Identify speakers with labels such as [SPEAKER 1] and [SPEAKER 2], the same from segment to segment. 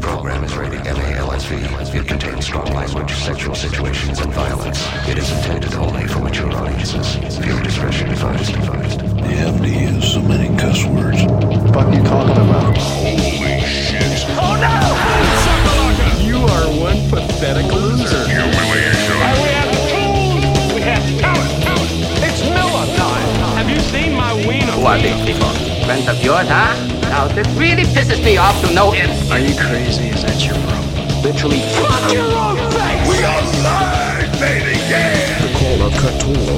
[SPEAKER 1] program is rated MALSV. It contains strong language, sexual situations, and violence. It is intended only for mature audiences. Viewer discretion advised. advised.
[SPEAKER 2] They have to use so many cuss words.
[SPEAKER 3] fuck you talking about?
[SPEAKER 4] Holy shit.
[SPEAKER 3] You are one pathetic loser.
[SPEAKER 4] Humiliation.
[SPEAKER 5] We have tools. We have talent. talent. It's Miller time. Have you seen my wiener?
[SPEAKER 6] Who are these people? Friends of yours, huh? Now this really pisses me off to no end. Are you crazy? Is that your problem? Literally. Fuck your own face!
[SPEAKER 4] We are live, baby. Yeah.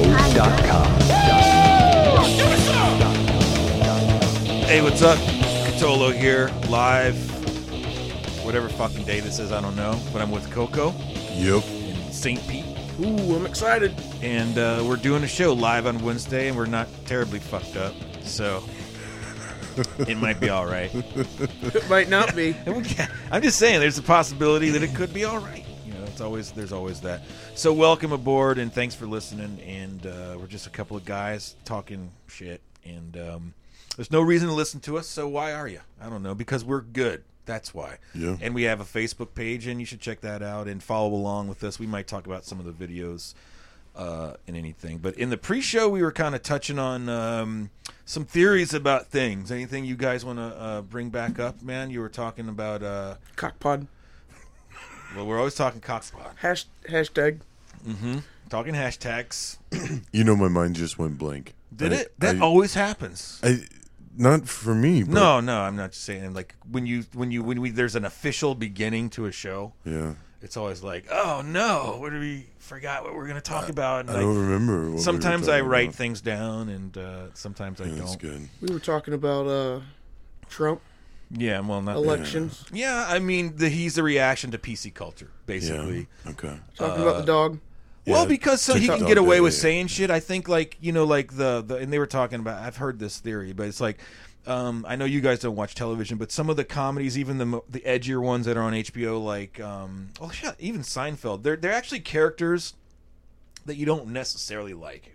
[SPEAKER 7] Hey, what's up? Catolo here, live. Whatever fucking day this is, I don't know, but I'm with Coco
[SPEAKER 2] Yep.
[SPEAKER 7] in St. Pete,
[SPEAKER 3] Ooh, I'm excited.
[SPEAKER 7] and uh, we're doing a show live on Wednesday, and we're not terribly fucked up, so it might be all right.
[SPEAKER 3] It might not be.
[SPEAKER 7] And we can't- I'm just saying, there's a possibility that it could be all right. You know, it's always there's always that. So welcome aboard, and thanks for listening. And uh, we're just a couple of guys talking shit, and um, there's no reason to listen to us. So why are you? I don't know because we're good. That's why.
[SPEAKER 2] Yeah.
[SPEAKER 7] And we have a Facebook page, and you should check that out and follow along with us. We might talk about some of the videos uh, in anything. But in the pre-show, we were kind of touching on um, some theories about things. Anything you guys want to uh, bring back up, man? You were talking about. Uh,
[SPEAKER 3] Cockpod.
[SPEAKER 7] well, we're always talking cock squad,
[SPEAKER 3] Hash, hashtag.
[SPEAKER 7] talking hashtags.
[SPEAKER 2] You know, my mind just went blank.
[SPEAKER 7] Did
[SPEAKER 2] I-
[SPEAKER 7] it? That
[SPEAKER 2] I,
[SPEAKER 7] always happens.
[SPEAKER 2] I, not for me. But
[SPEAKER 7] No, no, I'm not just saying. Like when you, when you, when we, there's an official beginning to a show.
[SPEAKER 2] Yeah.
[SPEAKER 7] It's always like, oh no, what do we forgot what we're gonna talk about? And
[SPEAKER 2] I
[SPEAKER 7] like,
[SPEAKER 2] don't remember. What we were
[SPEAKER 7] sometimes I
[SPEAKER 2] talking
[SPEAKER 7] write
[SPEAKER 2] about.
[SPEAKER 7] things down, and uh, sometimes I
[SPEAKER 2] That's
[SPEAKER 7] don't.
[SPEAKER 2] good.
[SPEAKER 3] We were talking about uh, Trump
[SPEAKER 7] Yeah, well, not
[SPEAKER 3] elections.
[SPEAKER 7] Yeah, I mean, the, he's a reaction to PC culture, basically.
[SPEAKER 2] Yeah. Okay.
[SPEAKER 3] Talking
[SPEAKER 7] Uh,
[SPEAKER 3] about the dog.
[SPEAKER 7] Well,
[SPEAKER 2] Yeah,
[SPEAKER 7] because so he
[SPEAKER 2] TikTok
[SPEAKER 7] can get away
[SPEAKER 2] did
[SPEAKER 7] with
[SPEAKER 2] it.
[SPEAKER 7] saying shit. I think, like you know, like the the and they were talking about. I've heard this theory, but it's like. Um, I know you guys don't watch television, but some of the comedies, even the mo- the edgier ones that are on HBO, like um, oh shit, even Seinfeld, they're they're actually characters that you don't necessarily like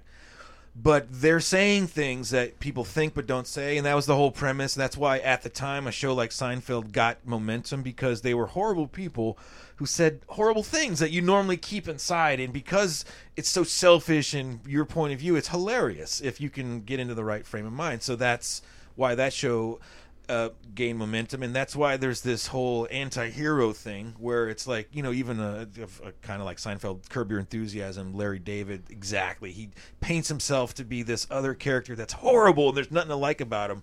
[SPEAKER 7] but they're saying things that people think but don't say and that was the whole premise that's why at the time a show like seinfeld got momentum because they were horrible people who said horrible things that you normally keep inside and because it's so selfish in your point of view it's hilarious if you can get into the right frame of mind so that's why that show uh, gain momentum, and that's why there's this whole anti-hero thing where it's like you know even a, a, kind of like Seinfeld, Curb Your Enthusiasm, Larry David, exactly. He paints himself to be this other character that's horrible, and there's nothing to like about him,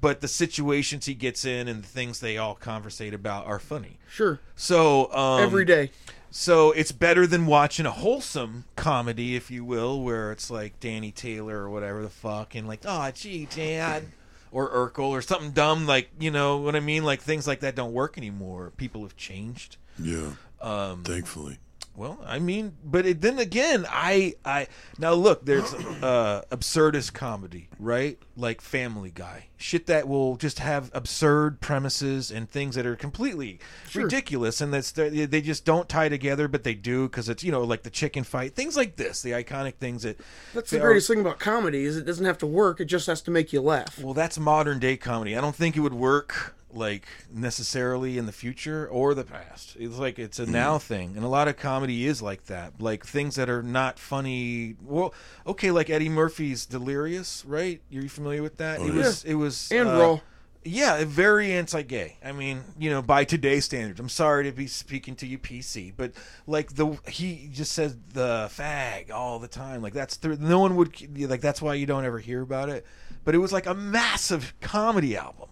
[SPEAKER 7] but the situations he gets in and the things they all conversate about are funny.
[SPEAKER 3] Sure.
[SPEAKER 7] So um,
[SPEAKER 3] Every day.
[SPEAKER 7] so it's better than watching a wholesome comedy, if you will, where it's like Danny Taylor or whatever the fuck, and like, oh, gee, Dan, or Urkel or something dumb, like you know what I mean? Like things like that don't work anymore. People have changed.
[SPEAKER 2] Yeah. Um, Thankfully.
[SPEAKER 7] Well, I mean, but it, then again, I, I now look, there's uh, absurdist comedy, right? Like Family Guy, shit that will just have absurd premises and things that are completely ridiculous, and that's they they just don't tie together, but they do because it's you know like the chicken fight, things like this, the iconic things that
[SPEAKER 3] That's the
[SPEAKER 7] that are-
[SPEAKER 3] greatest thing about comedy is it doesn't have to work. It just has to make you laugh.
[SPEAKER 7] well, that's modern day comedy. I don't think it would work like necessarily in the future or the past. It's like it's a now thing, and a lot of comedy is like that. Like things that are not funny. Well, okay, like Eddie Murphy's Delirious, right? Are you familiar with that? it
[SPEAKER 2] yeah.
[SPEAKER 7] was it was
[SPEAKER 3] And Raw.
[SPEAKER 7] Uh, yeah, very anti-gay. I mean, you know, by today's standards. I'm sorry to be speaking to you PC, but like the he just says the fag all the time. Like that's th- no one would like that's why you don't ever hear about it. But it was like a massive comedy album.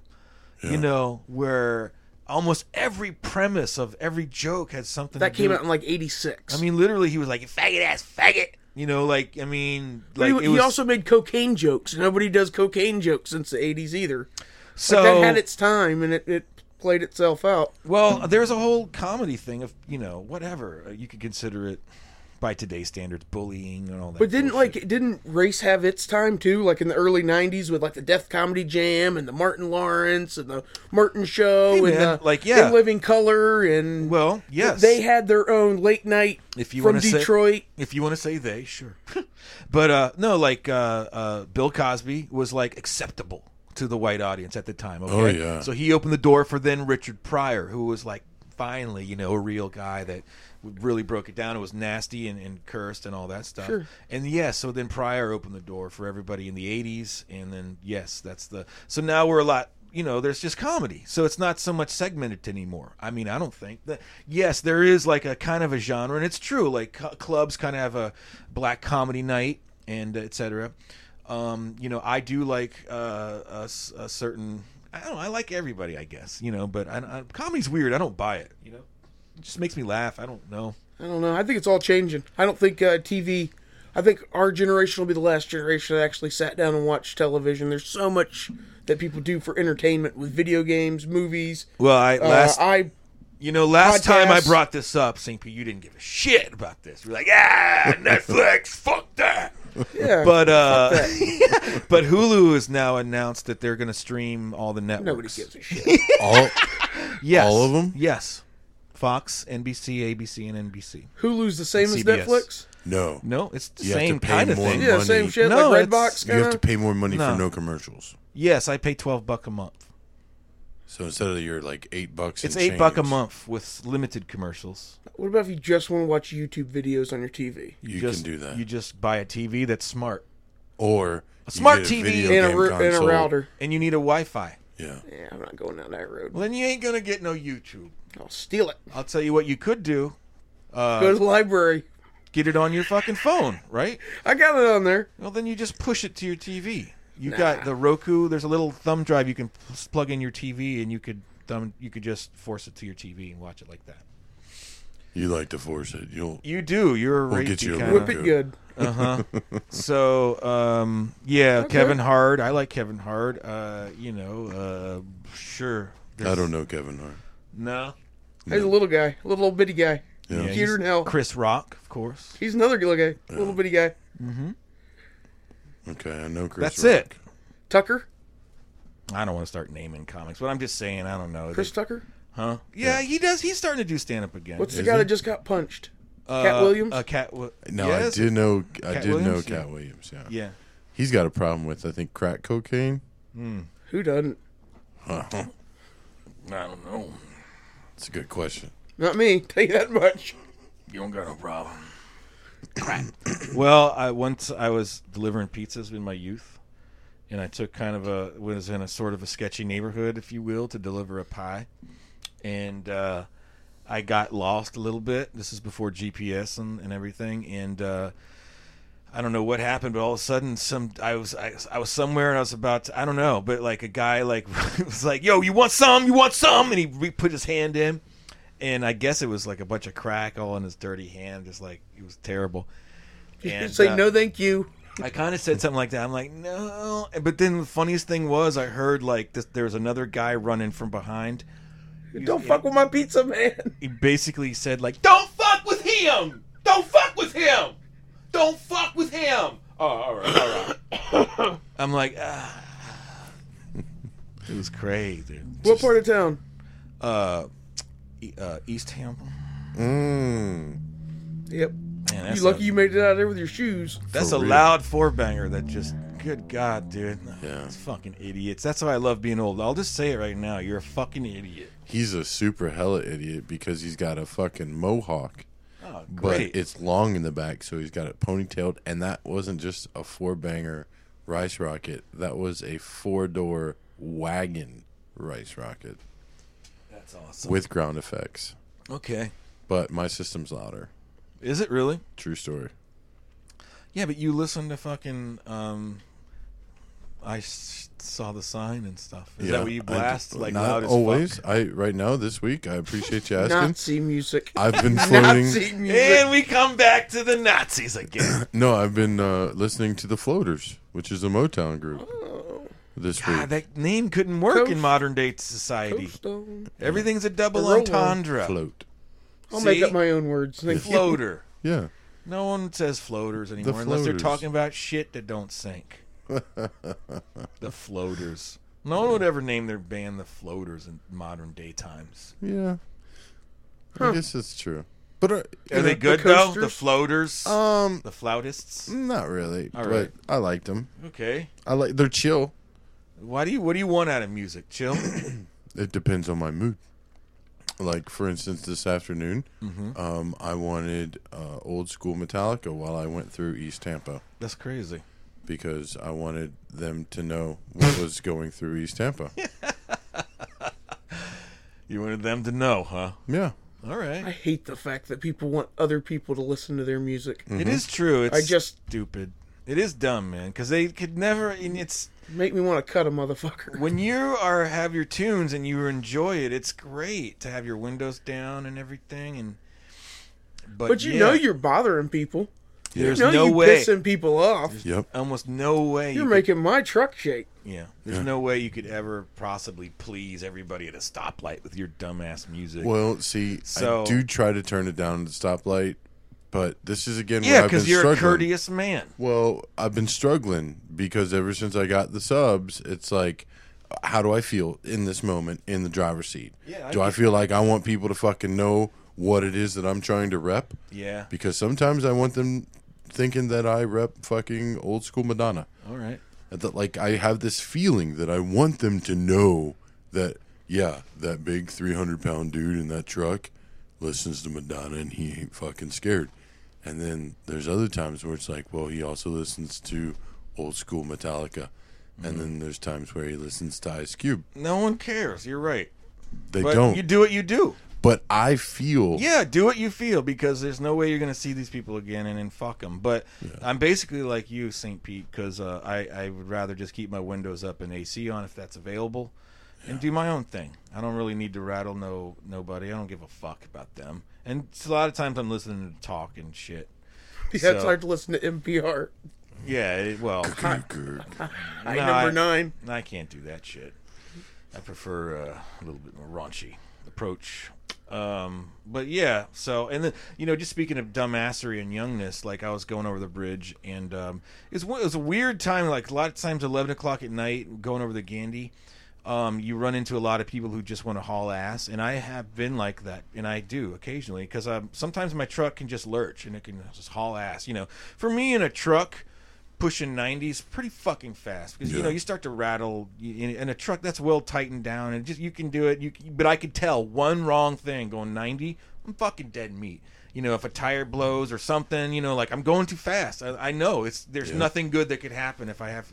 [SPEAKER 7] You know, where almost every premise of every joke had something
[SPEAKER 3] That
[SPEAKER 7] to
[SPEAKER 3] came
[SPEAKER 7] do
[SPEAKER 3] out in like '86.
[SPEAKER 7] I mean, literally he was like faggot ass faggot. You know, like I mean, like
[SPEAKER 3] he,
[SPEAKER 7] it
[SPEAKER 3] he
[SPEAKER 7] was
[SPEAKER 3] also made cocaine jokes. Nobody does cocaine jokes since the '80s either.
[SPEAKER 7] so
[SPEAKER 3] that had its time and it, it played itself out.
[SPEAKER 7] Well, there's a whole comedy thing of you know whatever Uh, you could consider it by today's standards bullying and all that.
[SPEAKER 3] But didn't
[SPEAKER 7] bullshit.
[SPEAKER 3] like didn't race have its time too? Like in the early '90s with like the Death Comedy Jam and the Martin Lawrence and the Martin Show
[SPEAKER 7] Hey,
[SPEAKER 3] and
[SPEAKER 7] man,
[SPEAKER 3] the
[SPEAKER 7] like, yeah.
[SPEAKER 3] In Living Color and
[SPEAKER 7] well yes
[SPEAKER 3] they had their own late night
[SPEAKER 7] if you
[SPEAKER 3] from
[SPEAKER 7] wanna say-
[SPEAKER 3] Detroit.
[SPEAKER 7] if you want to say they sure, but uh no like uh, uh Bill Cosby was like acceptable to the white audience at the time. Okay?
[SPEAKER 2] yeah.
[SPEAKER 7] so he opened the door for then Richard Pryor who was like finally, you know, a real guy that really broke it down. It was nasty and, and cursed and all that stuff. And yes, so then Pryor opened the door for everybody in the '80s, and then yes, that's the. So now we're a lot. You know, there's just comedy, so it's not so much segmented anymore. I mean, I don't think that. Yes, there is like a kind of a genre, and it's true. Like cu- clubs kind of have a black comedy night and et cetera. Um, you know, I do like uh, a, s- a certain. I don't. know, I like everybody, I guess. You know, but I, I, comedy's weird. I don't buy it. You know, it just makes me laugh. I don't know.
[SPEAKER 3] I don't know. I think it's all changing. I don't think uh, TV. I think our generation will be the last generation that actually sat down and watched television. There's so much that people do for entertainment with video games, movies.
[SPEAKER 7] Well, I
[SPEAKER 3] Uh,
[SPEAKER 7] last
[SPEAKER 3] I
[SPEAKER 7] you know last time I
[SPEAKER 3] podcasts-
[SPEAKER 7] brought this up, Saint P, you didn't give a shit about this. You're like, ah, Netflix, fuck that.
[SPEAKER 3] yeah.
[SPEAKER 7] But uh, but Hulu has now announced that they're going to stream all the networks.
[SPEAKER 3] nobody gives a shit.
[SPEAKER 2] All,
[SPEAKER 7] Yes,
[SPEAKER 2] all of 'em?
[SPEAKER 7] Yes, Fox, NBC, ABC, and NBC.
[SPEAKER 3] Hulu's the same as
[SPEAKER 7] CBS.
[SPEAKER 3] Netflix.
[SPEAKER 2] no.
[SPEAKER 7] No, it's the
[SPEAKER 2] You have to
[SPEAKER 7] same
[SPEAKER 2] pay
[SPEAKER 7] kind of
[SPEAKER 2] more
[SPEAKER 7] thing.
[SPEAKER 3] Yeah,
[SPEAKER 2] Money.
[SPEAKER 3] same shit
[SPEAKER 7] No,
[SPEAKER 3] like
[SPEAKER 7] it's-
[SPEAKER 3] Redbox.
[SPEAKER 2] You have
[SPEAKER 3] kinda.
[SPEAKER 2] to pay more money
[SPEAKER 7] No.
[SPEAKER 2] for no commercials.
[SPEAKER 7] Yes, I pay twelve buck a month.
[SPEAKER 2] So instead of your like eight bucks,
[SPEAKER 7] It's
[SPEAKER 2] and
[SPEAKER 7] eight buck a
[SPEAKER 2] change,
[SPEAKER 7] month with limited commercials.
[SPEAKER 3] What about if you just want to watch YouTube videos on your TV?
[SPEAKER 2] You
[SPEAKER 7] just,
[SPEAKER 2] can do that,
[SPEAKER 7] You just buy a TV that's smart,
[SPEAKER 2] or a
[SPEAKER 7] smart TV
[SPEAKER 3] And a, ru- and a router.
[SPEAKER 7] and you need a Wi-Fi.
[SPEAKER 2] Yeah,
[SPEAKER 3] Yeah, I'm not going down that road.
[SPEAKER 7] Well, then you ain't gonna get no YouTube.
[SPEAKER 3] I'll steal it.
[SPEAKER 7] I'll tell you what you could do: Uh,
[SPEAKER 3] Go to the library.
[SPEAKER 7] get it on your fucking phone, right?
[SPEAKER 3] I got it on there.
[SPEAKER 7] Well, then you just push it to your TV. You got the Roku. There's a little thumb drive you can pl- plug in your TV, and you could thumb. You could just force it to your TV and watch it like that.
[SPEAKER 2] you like to force it. You'll
[SPEAKER 7] You do. You're a
[SPEAKER 2] We'll get
[SPEAKER 7] rapey
[SPEAKER 2] you a
[SPEAKER 7] kinda-
[SPEAKER 2] Roku.
[SPEAKER 3] Whip it
[SPEAKER 2] good.
[SPEAKER 3] good.
[SPEAKER 7] So um, yeah, Kevin Hard. I like Kevin Hard. Uh, you know, uh, sure.
[SPEAKER 2] I don't know Kevin Hart.
[SPEAKER 7] No.
[SPEAKER 3] He's a little guy, little old bitty guy.
[SPEAKER 2] Yeah.
[SPEAKER 7] Yeah,
[SPEAKER 3] Cuter
[SPEAKER 7] he's-
[SPEAKER 3] than hell.
[SPEAKER 7] Chris Rock, of course.
[SPEAKER 3] He's another little guy, little bitty guy.
[SPEAKER 2] Okay, I know Chris.
[SPEAKER 7] That's
[SPEAKER 2] Rock.
[SPEAKER 7] it.
[SPEAKER 3] Tucker,
[SPEAKER 7] I don't want to start naming comics, but I'm just saying. I don't know.
[SPEAKER 3] Chris
[SPEAKER 7] They-
[SPEAKER 3] Tucker.
[SPEAKER 7] huh? Yeah, he does. He's starting to do stand up again.
[SPEAKER 3] What's the
[SPEAKER 2] Is
[SPEAKER 3] guy
[SPEAKER 2] he?
[SPEAKER 3] that just got punched?
[SPEAKER 7] Uh,
[SPEAKER 3] Cat Williams.
[SPEAKER 7] Uh, Cat. Wi-
[SPEAKER 2] No,
[SPEAKER 7] yes?
[SPEAKER 2] I did know. I
[SPEAKER 7] Cat
[SPEAKER 2] did
[SPEAKER 7] Williams?
[SPEAKER 2] know
[SPEAKER 7] Yeah.
[SPEAKER 2] Cat Williams. Yeah.
[SPEAKER 7] Yeah.
[SPEAKER 2] he's got a problem with I think crack cocaine.
[SPEAKER 3] Who doesn't?
[SPEAKER 7] I don't know.
[SPEAKER 2] It's a good question.
[SPEAKER 3] Not me. Tell you that much.
[SPEAKER 7] You don't got no problem. well, I once I was delivering pizzas in my youth, and I took kind of a was in a sort of a sketchy neighborhood, if you will, to deliver a pie, and uh, I got lost a little bit. This is before GPS and, and everything, and uh, I don't know what happened, but all of a sudden, some I was I, I was somewhere and I was about to, I don't know, but like a guy like was like, "Yo, you want some? You want some?" And he re- put his hand in, and I guess it was like a bunch of crack all in his dirty hand, just like it was terrible.
[SPEAKER 3] You should
[SPEAKER 7] And,
[SPEAKER 3] say
[SPEAKER 7] uh,
[SPEAKER 3] no, thank you.
[SPEAKER 7] I kind of said something like that. I'm like, no. But then the funniest thing was, I heard like this, there was another guy running from behind.
[SPEAKER 3] Don't fuck with my pizza, man.
[SPEAKER 7] He basically said like,
[SPEAKER 5] Don't fuck with him! Don't fuck with him! Don't fuck with him! Oh, all right, all right.
[SPEAKER 7] I'm like, ah. it was crazy.
[SPEAKER 3] What part of town?
[SPEAKER 7] E- Uh, East Hampton. Hmm.
[SPEAKER 2] Mm.
[SPEAKER 3] Yep.
[SPEAKER 7] Man,
[SPEAKER 3] You
[SPEAKER 7] that's
[SPEAKER 3] lucky
[SPEAKER 7] a,
[SPEAKER 3] you made it out of there with your shoes.
[SPEAKER 7] That's
[SPEAKER 2] For
[SPEAKER 7] a
[SPEAKER 2] real.
[SPEAKER 7] loud four banger that just. Good God, dude.
[SPEAKER 2] Yeah.
[SPEAKER 7] It's fucking idiots. That's why I love being old. I'll just say it right now. You're a fucking idiot.
[SPEAKER 2] He's a super hella idiot because he's got a fucking mohawk.
[SPEAKER 7] Oh,
[SPEAKER 2] but
[SPEAKER 7] great.
[SPEAKER 2] it's long in the back, so he's got it ponytailed. And that wasn't just a four banger rice rocket; that was a four door wagon rice rocket
[SPEAKER 7] That's awesome.
[SPEAKER 2] with ground effects.
[SPEAKER 7] Okay.
[SPEAKER 2] But my system's louder.
[SPEAKER 7] Is it really?
[SPEAKER 2] True story.
[SPEAKER 7] Yeah, but you listen to fucking. Um, I s- saw the sign and stuff. Is that what you
[SPEAKER 2] I-
[SPEAKER 7] blast like
[SPEAKER 2] not
[SPEAKER 7] loud as
[SPEAKER 2] always.
[SPEAKER 7] fuck?
[SPEAKER 2] I right now this week. I appreciate you asking.
[SPEAKER 3] Nazi music.
[SPEAKER 2] I've been
[SPEAKER 3] Nazi
[SPEAKER 2] floating.
[SPEAKER 7] And
[SPEAKER 3] music.
[SPEAKER 7] we come back to the Nazis again.
[SPEAKER 2] No, I've been uh, listening to the Floaters, which is a Motown group.
[SPEAKER 7] Oh.
[SPEAKER 2] This
[SPEAKER 7] God,
[SPEAKER 2] week,
[SPEAKER 7] Ah, that name couldn't work
[SPEAKER 3] Coast-
[SPEAKER 7] in modern day society.
[SPEAKER 3] Coastone.
[SPEAKER 7] Everything's a double
[SPEAKER 3] The real
[SPEAKER 7] entendre.
[SPEAKER 2] float.
[SPEAKER 3] I'll
[SPEAKER 7] See?
[SPEAKER 3] make up my own words. Thank you.
[SPEAKER 7] Floater.
[SPEAKER 2] Yeah,
[SPEAKER 7] No one says floaters anymore unless
[SPEAKER 2] floaters.
[SPEAKER 7] they're talking about shit that don't sink. the floaters. No one would ever name their band the floaters in modern day times.
[SPEAKER 2] yeah. I guess it's true. But uh, you
[SPEAKER 7] Are
[SPEAKER 2] know-
[SPEAKER 7] they good
[SPEAKER 3] the
[SPEAKER 7] though? The
[SPEAKER 3] coasters? Uh, Mm.
[SPEAKER 7] floaters,
[SPEAKER 2] Um,
[SPEAKER 7] the flautists.
[SPEAKER 2] Not really.
[SPEAKER 7] All
[SPEAKER 2] but
[SPEAKER 7] right.
[SPEAKER 2] I liked them.
[SPEAKER 7] Okay.
[SPEAKER 2] I like they're chill.
[SPEAKER 7] Why do you? What do you want out of music? Chill.
[SPEAKER 2] It depends on my mood. Like for instance, this afternoon,
[SPEAKER 7] Mm-hmm.
[SPEAKER 2] um, I wanted uh, old school Metallica while I went through East Tampa
[SPEAKER 7] That's crazy.
[SPEAKER 2] because I wanted them to know what was going through East Tampa.
[SPEAKER 7] You wanted them to know, huh?
[SPEAKER 2] Yeah,
[SPEAKER 7] All right.
[SPEAKER 3] I hate the fact that people want other people to listen to their music.
[SPEAKER 7] It is true. It's
[SPEAKER 3] Mm-hmm. I just-
[SPEAKER 7] stupid. It is dumb, man, because they could never. And it's
[SPEAKER 3] Make me want to cut a motherfucker.
[SPEAKER 7] when you are have your tunes and you enjoy it. It's great to have your windows down and everything. And but,
[SPEAKER 3] But you
[SPEAKER 7] yeah,
[SPEAKER 3] know you're bothering people.
[SPEAKER 7] there's
[SPEAKER 3] you know
[SPEAKER 7] no
[SPEAKER 3] you
[SPEAKER 7] way,
[SPEAKER 3] pissing people off.
[SPEAKER 2] yep.
[SPEAKER 7] almost no way.
[SPEAKER 3] You're
[SPEAKER 7] you
[SPEAKER 3] making my truck shake.
[SPEAKER 7] could, yeah. There's no way you could ever possibly please everybody at a stoplight with your dumbass music.
[SPEAKER 2] Well, see,
[SPEAKER 7] So-
[SPEAKER 2] I do try to turn it down at the stoplight, but this is again
[SPEAKER 7] yeah,
[SPEAKER 2] where I've been
[SPEAKER 7] because you're a
[SPEAKER 2] struggling.
[SPEAKER 7] courteous man.
[SPEAKER 2] Well, I've been struggling because ever since I got the subs, it's like, how do I feel in this moment in the driver's seat?
[SPEAKER 7] Yeah, I
[SPEAKER 2] do I
[SPEAKER 7] get-
[SPEAKER 2] feel like I want people to fucking know what it is that I'm trying to rep?
[SPEAKER 7] Yeah.
[SPEAKER 2] Because sometimes I want them thinking that I rep fucking old school Madonna.
[SPEAKER 7] All right.
[SPEAKER 2] That like I have this feeling that I want them to know that yeah, that big three hundred pound dude in that truck listens to Madonna and he ain't fucking scared. And then there's other times where it's like, well, he also listens to old school Metallica.
[SPEAKER 7] Mm-hmm.
[SPEAKER 2] And then there's times where he listens to Ice Cube.
[SPEAKER 7] No one cares. You're right.
[SPEAKER 2] They
[SPEAKER 7] But
[SPEAKER 2] don't.
[SPEAKER 7] you do what you do.
[SPEAKER 2] but I feel
[SPEAKER 7] Yeah, do what you feel because there's no way you're gonna see these people again and then fuck them. But I'm basically like you, St. Pete, because uh, I I would rather just keep my windows up and AC on if that's available, and do my own thing. I don't really need to rattle no nobody. I don't give a fuck about them. And it's a lot of times I'm listening to talk and shit.
[SPEAKER 3] Yeah,
[SPEAKER 7] So-
[SPEAKER 3] it's hard to listen to NPR.
[SPEAKER 7] Yeah, it, well,
[SPEAKER 3] I
[SPEAKER 7] No,
[SPEAKER 3] number
[SPEAKER 7] I-
[SPEAKER 3] nine.
[SPEAKER 7] I can't do that shit. I prefer uh, a little bit more raunchy approach. Um, but yeah, so and then you know, just speaking of dumbassery and youngness, like I was going over the bridge, and um, it was one- it was a weird time. Like a lot of times, eleven o'clock at night, going over the Gandhi, um, you run into a lot of people who just want to haul ass, and I have been like that, and I do occasionally because sometimes my truck can just lurch and it can just haul ass. You know, for me in a truck pushing 90s pretty fucking fast because you
[SPEAKER 2] Yeah.
[SPEAKER 7] know you start to rattle y- in, in a truck that's well tightened down and just you can do it you c- but i could tell one wrong thing going 90 i'm fucking dead meat you know if a tire blows or something you know like i'm going too fast i, I know it's there's nothing good that could happen if i have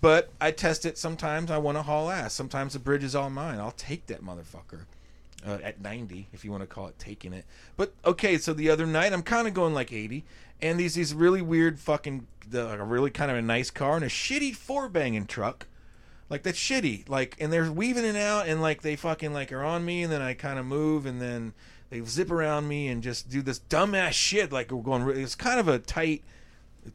[SPEAKER 7] but i test it sometimes i want to haul ass sometimes the bridge is all mine i'll take that motherfucker uh, at 90 if you want to call it taking it but okay so the other night i'm kind of going like 80 and these these really weird fucking the, like a really kind of a nice car and a shitty four banging truck like that's shitty like and they're weaving it out and like they fucking like are on me and then i kind of move and then they zip around me and just do this dumbass shit like we're going re- it's kind of a tight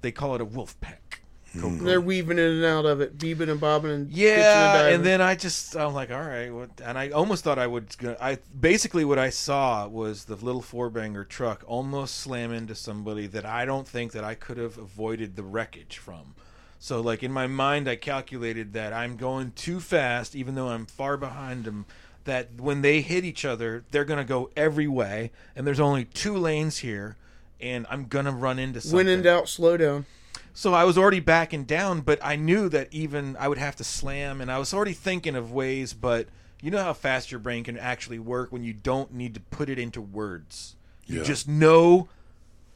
[SPEAKER 7] they call it a wolf pack
[SPEAKER 3] They're weaving in and out of it, beebing and bobbing and ditching
[SPEAKER 7] yeah,
[SPEAKER 3] diving.
[SPEAKER 7] and then I just I'm like, all right, what? And I almost thought I would. I basically what I saw was the little four banger truck almost slam into somebody that I don't think that I could have avoided the wreckage from. So like in my mind, I calculated that I'm going too fast, even though I'm far behind them. That when they hit each other, they're gonna go every way, and there's only two lanes here, and I'm gonna run into something.
[SPEAKER 3] when in doubt, slow down.
[SPEAKER 7] So I was already backing down, but I knew that even I would have to slam, and I was already thinking of ways. But you know how fast your brain can actually work when you don't need to put it into words. You
[SPEAKER 2] Yeah.
[SPEAKER 7] just know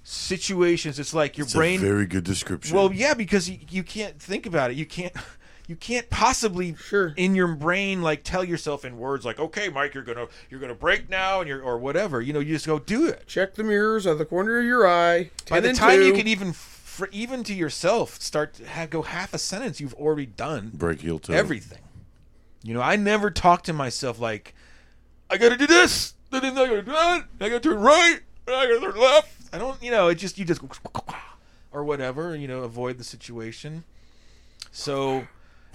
[SPEAKER 7] situations. It's like your
[SPEAKER 2] It's
[SPEAKER 7] brain.
[SPEAKER 2] a very good description.
[SPEAKER 7] Well, yeah, because you, you can't think about it. You can't. You can't possibly
[SPEAKER 3] Sure.
[SPEAKER 7] in your brain like tell yourself in words like, "Okay, Mike, you're gonna you're gonna break now," and you're or whatever. You know, you just go do it.
[SPEAKER 3] Check the mirrors out of the corner of your eye.
[SPEAKER 7] By
[SPEAKER 3] 10
[SPEAKER 7] the
[SPEAKER 3] and
[SPEAKER 7] time you
[SPEAKER 3] two.
[SPEAKER 7] can even, fr- even to yourself, start to ha go half a sentence, you've already done
[SPEAKER 2] break heel toe.
[SPEAKER 7] everything. You know, I never talk to myself like, I gotta do this, then I gotta do that, I gotta turn right, I gotta turn left. I don't, you know, it just, you just go, or whatever, you know, avoid the situation. So,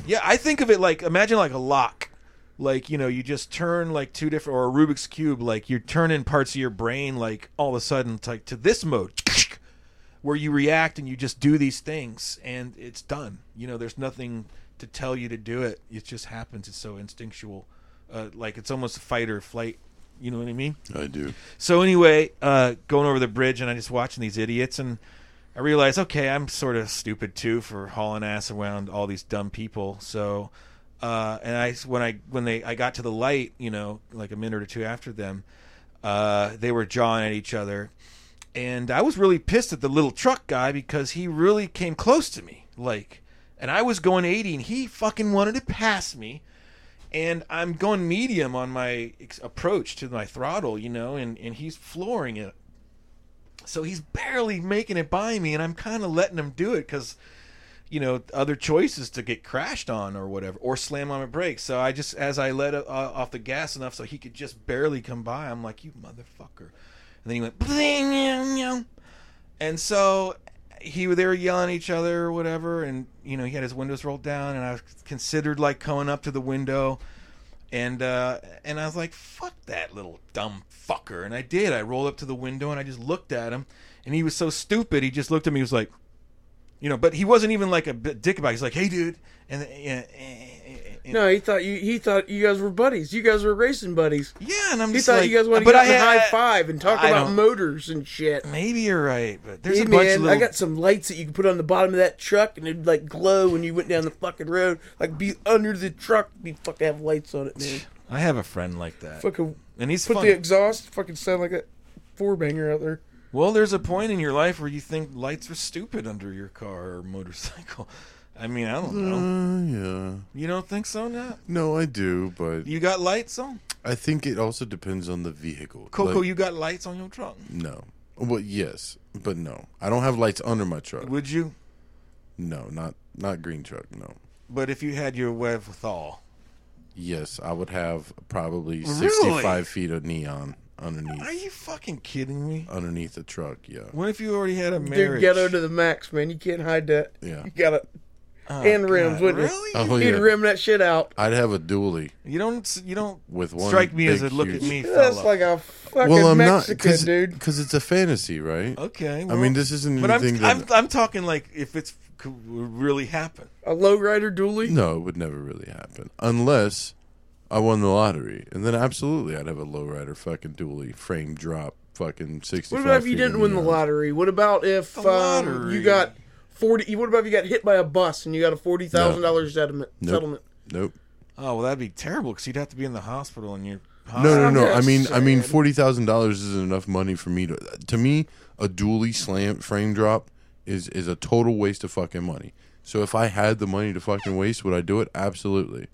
[SPEAKER 7] yeah, I think of it like, imagine like a lock. Like, you know, you just turn like two different, or a Rubik's Cube, like you're turning parts of your brain, like all of a sudden, like to this mode. where you react and you just do these things and it's done. You know, there's nothing to tell you to do it. It just happens. It's so instinctual. Uh, like it's almost fight or flight. You know what I mean?
[SPEAKER 2] I do.
[SPEAKER 7] So anyway, uh, going over the bridge and I just watching these idiots and I realized, okay, I'm sort of stupid too for hauling ass around all these dumb people. So Uh, and I when I when they I got to the light, you know, like a minute or two after them, uh, they were jawing at each other, and I was really pissed at the little truck guy because he really came close to me, like, and I was going 80, and he fucking wanted to pass me, and I'm going medium on my ex- approach to my throttle, you know, and and he's flooring it. So he's barely making it by me, and I'm kind of letting him do it because, you know, other choices to get crashed on or whatever, or slam on my brakes. So I just, as I let uh, off the gas enough so he could just barely come by, I'm like, you motherfucker. And then he went, "Bling, meow, meow." and so he they were yelling at each other or whatever, and you know he had his windows rolled down, and I considered like going up to the window, and uh, and I was like, "Fuck that little dumb fucker!" And I did. I rolled up to the window and I just looked at him, and he was so stupid. He just looked at me. He was like, you know, but he wasn't even like a b- dick about. it. He's like, "Hey, dude," and, and, and, and
[SPEAKER 3] No, he thought you he thought you guys were buddies. You guys were racing buddies.
[SPEAKER 7] yeah, and I'm
[SPEAKER 3] He
[SPEAKER 7] just
[SPEAKER 3] thought
[SPEAKER 7] like,
[SPEAKER 3] you guys wanted to
[SPEAKER 7] but
[SPEAKER 3] get
[SPEAKER 7] I
[SPEAKER 3] up and
[SPEAKER 7] had-
[SPEAKER 3] high five and talk
[SPEAKER 7] I
[SPEAKER 3] about
[SPEAKER 7] don't-
[SPEAKER 3] motors and shit.
[SPEAKER 7] Maybe you're right, but there's
[SPEAKER 3] Hey,
[SPEAKER 7] a bunch
[SPEAKER 3] man,
[SPEAKER 7] of little.
[SPEAKER 3] I got some lights that you could put on the bottom of that truck, and it'd like glow when you went down the fucking road. Like be under the truck, be fucking have lights on it, man.
[SPEAKER 7] I have a friend like that,
[SPEAKER 3] Fucking
[SPEAKER 7] and he's
[SPEAKER 3] put
[SPEAKER 7] funny.
[SPEAKER 3] the exhaust, fucking sound like that four banger out there.
[SPEAKER 7] Well, there's a point in your life where you think lights are stupid under your car or motorcycle. I mean, I don't know.
[SPEAKER 2] Uh, yeah.
[SPEAKER 7] You don't think so, Nat?
[SPEAKER 2] No, I do, but
[SPEAKER 7] You got lights on?
[SPEAKER 2] I think it also depends on the vehicle.
[SPEAKER 7] Coco,
[SPEAKER 2] Like,
[SPEAKER 7] you got lights on your trunk?
[SPEAKER 2] no. Well, yes, but no. I don't have lights under my truck.
[SPEAKER 7] Would you?
[SPEAKER 2] No, not not green truck. No.
[SPEAKER 7] But if you had your wherewithal.
[SPEAKER 2] Yes, I would have probably
[SPEAKER 7] Really?
[SPEAKER 2] sixty-five feet of neon underneath
[SPEAKER 7] Are you fucking kidding me?
[SPEAKER 2] underneath the truck. Yeah.
[SPEAKER 7] What if you already had a
[SPEAKER 3] Dude,
[SPEAKER 7] marriage?
[SPEAKER 3] ghetto to the max, man. You can't hide that.
[SPEAKER 2] Yeah.
[SPEAKER 3] you gotta and rims, wouldn't
[SPEAKER 7] Oh, really?
[SPEAKER 3] you?
[SPEAKER 2] Oh,
[SPEAKER 3] You'd
[SPEAKER 2] yeah.
[SPEAKER 3] rim that shit out.
[SPEAKER 2] I'd have a dually.
[SPEAKER 7] You don't. s- You don't
[SPEAKER 2] With one
[SPEAKER 7] strike me as a
[SPEAKER 2] big,
[SPEAKER 7] look at
[SPEAKER 2] huge-
[SPEAKER 7] me fella.
[SPEAKER 3] That's like a fucking
[SPEAKER 2] Well, I'm not
[SPEAKER 3] Mexican
[SPEAKER 2] because
[SPEAKER 3] dude.
[SPEAKER 2] because it's a fantasy, right?
[SPEAKER 7] okay.
[SPEAKER 2] I
[SPEAKER 7] well-
[SPEAKER 2] mean, this isn't
[SPEAKER 7] But I'm,
[SPEAKER 2] anything
[SPEAKER 7] I'm.
[SPEAKER 2] that
[SPEAKER 7] I'm talking like if it's could really happen.
[SPEAKER 3] A lowrider dually.
[SPEAKER 2] no, it would never really happen unless I won the lottery, and then absolutely I'd have a lowrider fucking dually frame drop fucking sixty.
[SPEAKER 3] What about if you didn't win the lottery? What about if um,
[SPEAKER 7] lottery.
[SPEAKER 3] you got forty? What about if you got hit by a bus and you got a forty thousand dollars settlement?
[SPEAKER 2] Nope.
[SPEAKER 3] Settlement.
[SPEAKER 2] Nope.
[SPEAKER 7] Oh well, that'd be terrible because you'd have to be in the hospital and you're.
[SPEAKER 2] No, no, no. I
[SPEAKER 3] that's
[SPEAKER 2] mean, I mean,
[SPEAKER 3] sad.
[SPEAKER 2] forty thousand dollars isn't enough money for me to. To me, a dually slam frame drop is is a total waste of fucking money. So if I had the money to fucking waste, would I do it? Absolutely.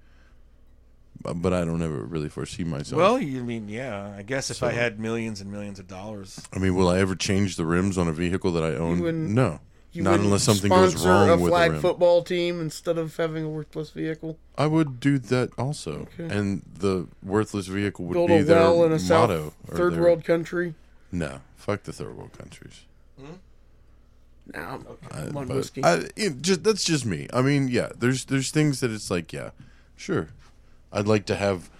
[SPEAKER 2] But, but I don't ever really foresee myself.
[SPEAKER 7] Well, you mean yeah? I guess if I had millions and millions of dollars,
[SPEAKER 2] I mean, will I ever change the rims on a vehicle that I
[SPEAKER 3] wouldn't-
[SPEAKER 2] own? No.
[SPEAKER 3] You
[SPEAKER 2] Not
[SPEAKER 3] wouldn't
[SPEAKER 2] unless something goes
[SPEAKER 3] sponsor
[SPEAKER 2] wrong
[SPEAKER 3] a
[SPEAKER 2] with
[SPEAKER 3] flag
[SPEAKER 2] the rim.
[SPEAKER 3] football team instead of having a worthless vehicle.
[SPEAKER 2] I would do that also, and the worthless vehicle would
[SPEAKER 3] Build
[SPEAKER 2] be
[SPEAKER 3] a
[SPEAKER 2] their
[SPEAKER 3] well in a
[SPEAKER 2] motto.
[SPEAKER 3] south
[SPEAKER 2] or
[SPEAKER 3] third
[SPEAKER 2] their-
[SPEAKER 3] world country.
[SPEAKER 2] No, fuck the third world countries.
[SPEAKER 3] Nah, I'm, I'm on
[SPEAKER 2] But
[SPEAKER 3] whiskey.
[SPEAKER 2] I, it just that's just me. I mean, yeah, there's there's things that it's like, yeah, sure, I'd like to have,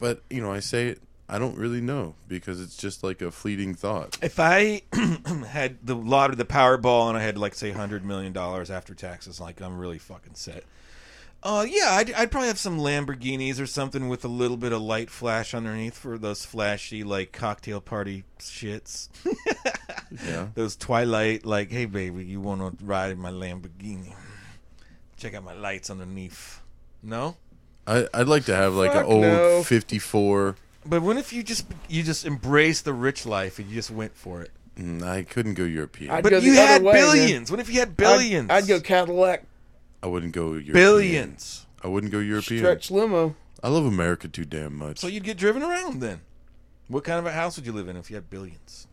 [SPEAKER 2] but you know, I say it, I don't really know because it's just like a fleeting thought.
[SPEAKER 7] if I had the lot of the Powerball and I had like say hundred million dollars after taxes, like I'm really fucking set. Uh, yeah, I'd, I'd probably have some Lamborghinis or something with a little bit of light flash underneath for those flashy like cocktail party shits.
[SPEAKER 2] Yeah,
[SPEAKER 7] Those Twilight like, hey baby, you want to ride in my Lamborghini? Check out my lights underneath. No.
[SPEAKER 2] I, I'd like to have like an
[SPEAKER 3] Fuck
[SPEAKER 2] old
[SPEAKER 3] no.
[SPEAKER 2] '54.
[SPEAKER 7] But what if you just you just embrace the rich life and you just went for it?
[SPEAKER 2] Mm, I couldn't go European.
[SPEAKER 3] I'd
[SPEAKER 2] I'd,
[SPEAKER 7] But
[SPEAKER 3] go the
[SPEAKER 7] you
[SPEAKER 3] other
[SPEAKER 7] had
[SPEAKER 3] way, man.
[SPEAKER 7] billions. What if you had 1000000000s
[SPEAKER 3] I'd, I'd go Cadillac
[SPEAKER 2] I would not go European.
[SPEAKER 7] billions.
[SPEAKER 2] I wouldn't go European.
[SPEAKER 3] stretch limo.
[SPEAKER 2] I love America too damn much.
[SPEAKER 7] So you'd get driven around then. What kind of a house would you live in if you had billions?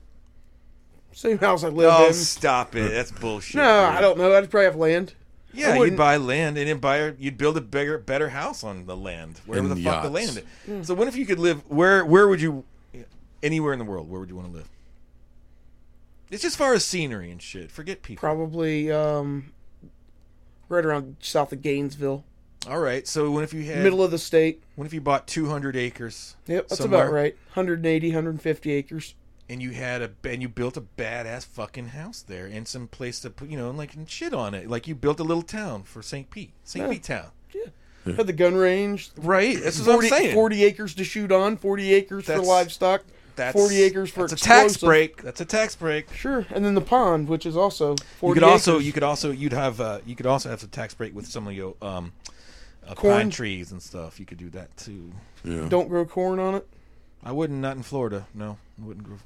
[SPEAKER 3] Same house I live
[SPEAKER 7] Oh,
[SPEAKER 3] in.
[SPEAKER 7] stop it! That's bullshit.
[SPEAKER 3] No,
[SPEAKER 7] dude.
[SPEAKER 3] I don't know. I'd probably have land. I
[SPEAKER 7] Yeah, you'd
[SPEAKER 3] wouldn't.
[SPEAKER 7] buy land and then buy a- you'd build a bigger, better house on the land, wherever
[SPEAKER 2] And
[SPEAKER 7] the fuck the
[SPEAKER 2] yachts.
[SPEAKER 7] land. is. So what if you could live where? Where would you? Anywhere in the world, where would you want to live? It's just far as scenery and shit. Forget people.
[SPEAKER 3] Probably um, right around south of Gainesville,
[SPEAKER 7] All right. So what if you had
[SPEAKER 3] middle of the state.
[SPEAKER 7] What if you bought 200 acres?
[SPEAKER 3] Yep, that's
[SPEAKER 7] somewhere
[SPEAKER 3] about right. 180, 150 acres.
[SPEAKER 7] And you had a and you built a badass fucking house there and some place to put you know and like and shit on it. Like you built a little town for St. Pete, St.
[SPEAKER 3] Yeah.
[SPEAKER 7] Pete town.
[SPEAKER 3] Had the gun range.
[SPEAKER 7] Right. That's what
[SPEAKER 3] 40,
[SPEAKER 7] I'm saying.
[SPEAKER 3] 40 acres to shoot on, 40 acres for
[SPEAKER 7] That's-
[SPEAKER 3] livestock,
[SPEAKER 7] that's,
[SPEAKER 3] 40 acres for
[SPEAKER 7] that's a tax
[SPEAKER 3] explosives.
[SPEAKER 7] break. That's a tax break.
[SPEAKER 3] Sure, and then the pond, which is also 40
[SPEAKER 7] You could also
[SPEAKER 3] acres.
[SPEAKER 7] you could also you'd have uh, you could also have some tax break with some of your um uh,
[SPEAKER 3] Corn?
[SPEAKER 7] pine trees and stuff. You could do that too.
[SPEAKER 2] Yeah.
[SPEAKER 3] Don't grow corn on it.
[SPEAKER 7] I wouldn't. Not in Florida. No, I wouldn't grow.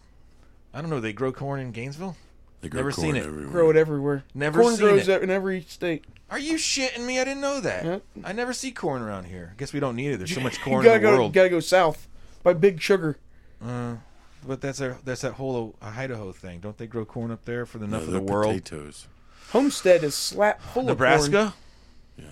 [SPEAKER 7] I don't know. They grow corn in Gainesville.
[SPEAKER 2] They grow
[SPEAKER 7] never
[SPEAKER 2] corn
[SPEAKER 7] seen it.
[SPEAKER 2] everywhere.
[SPEAKER 3] Grow it everywhere.
[SPEAKER 7] Never
[SPEAKER 3] corn
[SPEAKER 7] seen
[SPEAKER 3] grows
[SPEAKER 7] it.
[SPEAKER 3] in every state.
[SPEAKER 7] Are you shitting me? I didn't know that.
[SPEAKER 3] Yep.
[SPEAKER 7] I never see corn around here. guess we don't need it. There's so much
[SPEAKER 3] You
[SPEAKER 7] corn
[SPEAKER 3] gotta
[SPEAKER 7] in the
[SPEAKER 3] go.
[SPEAKER 7] world.
[SPEAKER 3] Gotta go south by Big Sugar.
[SPEAKER 7] But that's a, that's that whole O- Idaho thing. Don't they grow corn up there for the enough
[SPEAKER 2] Yeah,
[SPEAKER 7] of the
[SPEAKER 2] they're
[SPEAKER 7] world?
[SPEAKER 2] Potatoes.
[SPEAKER 3] Homestead is slap full of corn.
[SPEAKER 7] Nebraska.
[SPEAKER 2] Yeah.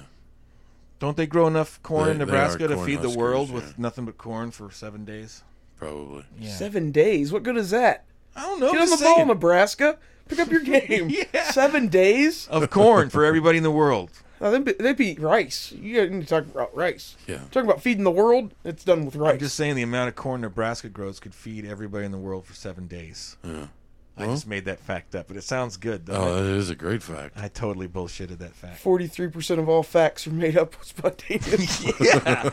[SPEAKER 7] Don't they grow enough corn
[SPEAKER 2] They-
[SPEAKER 7] in
[SPEAKER 2] they are
[SPEAKER 7] Nebraska to
[SPEAKER 2] corn
[SPEAKER 7] feed
[SPEAKER 2] huskers,
[SPEAKER 7] the world
[SPEAKER 2] yeah.
[SPEAKER 7] with nothing but corn for seven days?
[SPEAKER 2] Probably.
[SPEAKER 7] Yeah.
[SPEAKER 3] Seven days. What good is that?
[SPEAKER 7] I don't know.
[SPEAKER 3] Get on
[SPEAKER 7] just
[SPEAKER 3] the ball,
[SPEAKER 7] saying.
[SPEAKER 3] Nebraska. Pick up your game.
[SPEAKER 7] Yeah.
[SPEAKER 3] Seven days.
[SPEAKER 7] of corn for everybody in the world.
[SPEAKER 3] Now, they they beat rice. You need to talk about rice.
[SPEAKER 2] Yeah.
[SPEAKER 3] Talking about feeding the world. It's done with rice.
[SPEAKER 7] I'm just saying the amount of corn Nebraska grows could feed everybody in the world for seven days. I just made that fact up, but it sounds good. doesn't
[SPEAKER 2] Oh,
[SPEAKER 7] it?
[SPEAKER 2] that is a great fact.
[SPEAKER 7] I totally bullshitted that fact.
[SPEAKER 3] Forty-three percent of all facts are made up spontaneous.
[SPEAKER 7] yeah,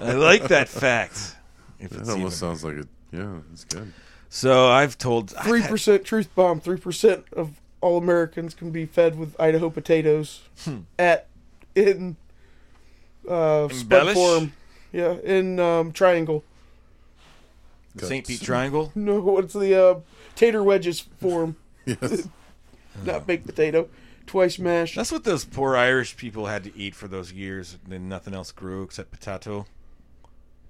[SPEAKER 7] I like that fact. If it's
[SPEAKER 2] That almost
[SPEAKER 7] even-
[SPEAKER 2] sounds like it. Yeah, it's good.
[SPEAKER 7] So I've told
[SPEAKER 3] Three percent truth bomb. Three percent of all Americans can be fed with Idaho potatoes
[SPEAKER 7] Hmm.
[SPEAKER 3] at in uh, spud
[SPEAKER 7] Embellish?
[SPEAKER 3] form. Yeah, in um, triangle.
[SPEAKER 7] St. Pete Triangle.
[SPEAKER 3] No, what's the uh, tater wedges form?
[SPEAKER 2] Yes.
[SPEAKER 3] Not baked potato, twice mashed.
[SPEAKER 7] That's what those poor Irish people had to eat for those years, and then nothing else grew except potato.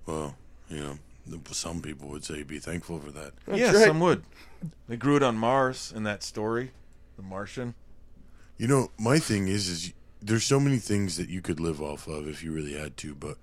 [SPEAKER 2] Well, you know, th- some people would say be thankful for that.
[SPEAKER 7] yeah,
[SPEAKER 3] right.
[SPEAKER 7] some would. They grew it on Mars in that story, The Martian.
[SPEAKER 2] You know, my thing is, is there's so many things that you could live off of if you really had to, but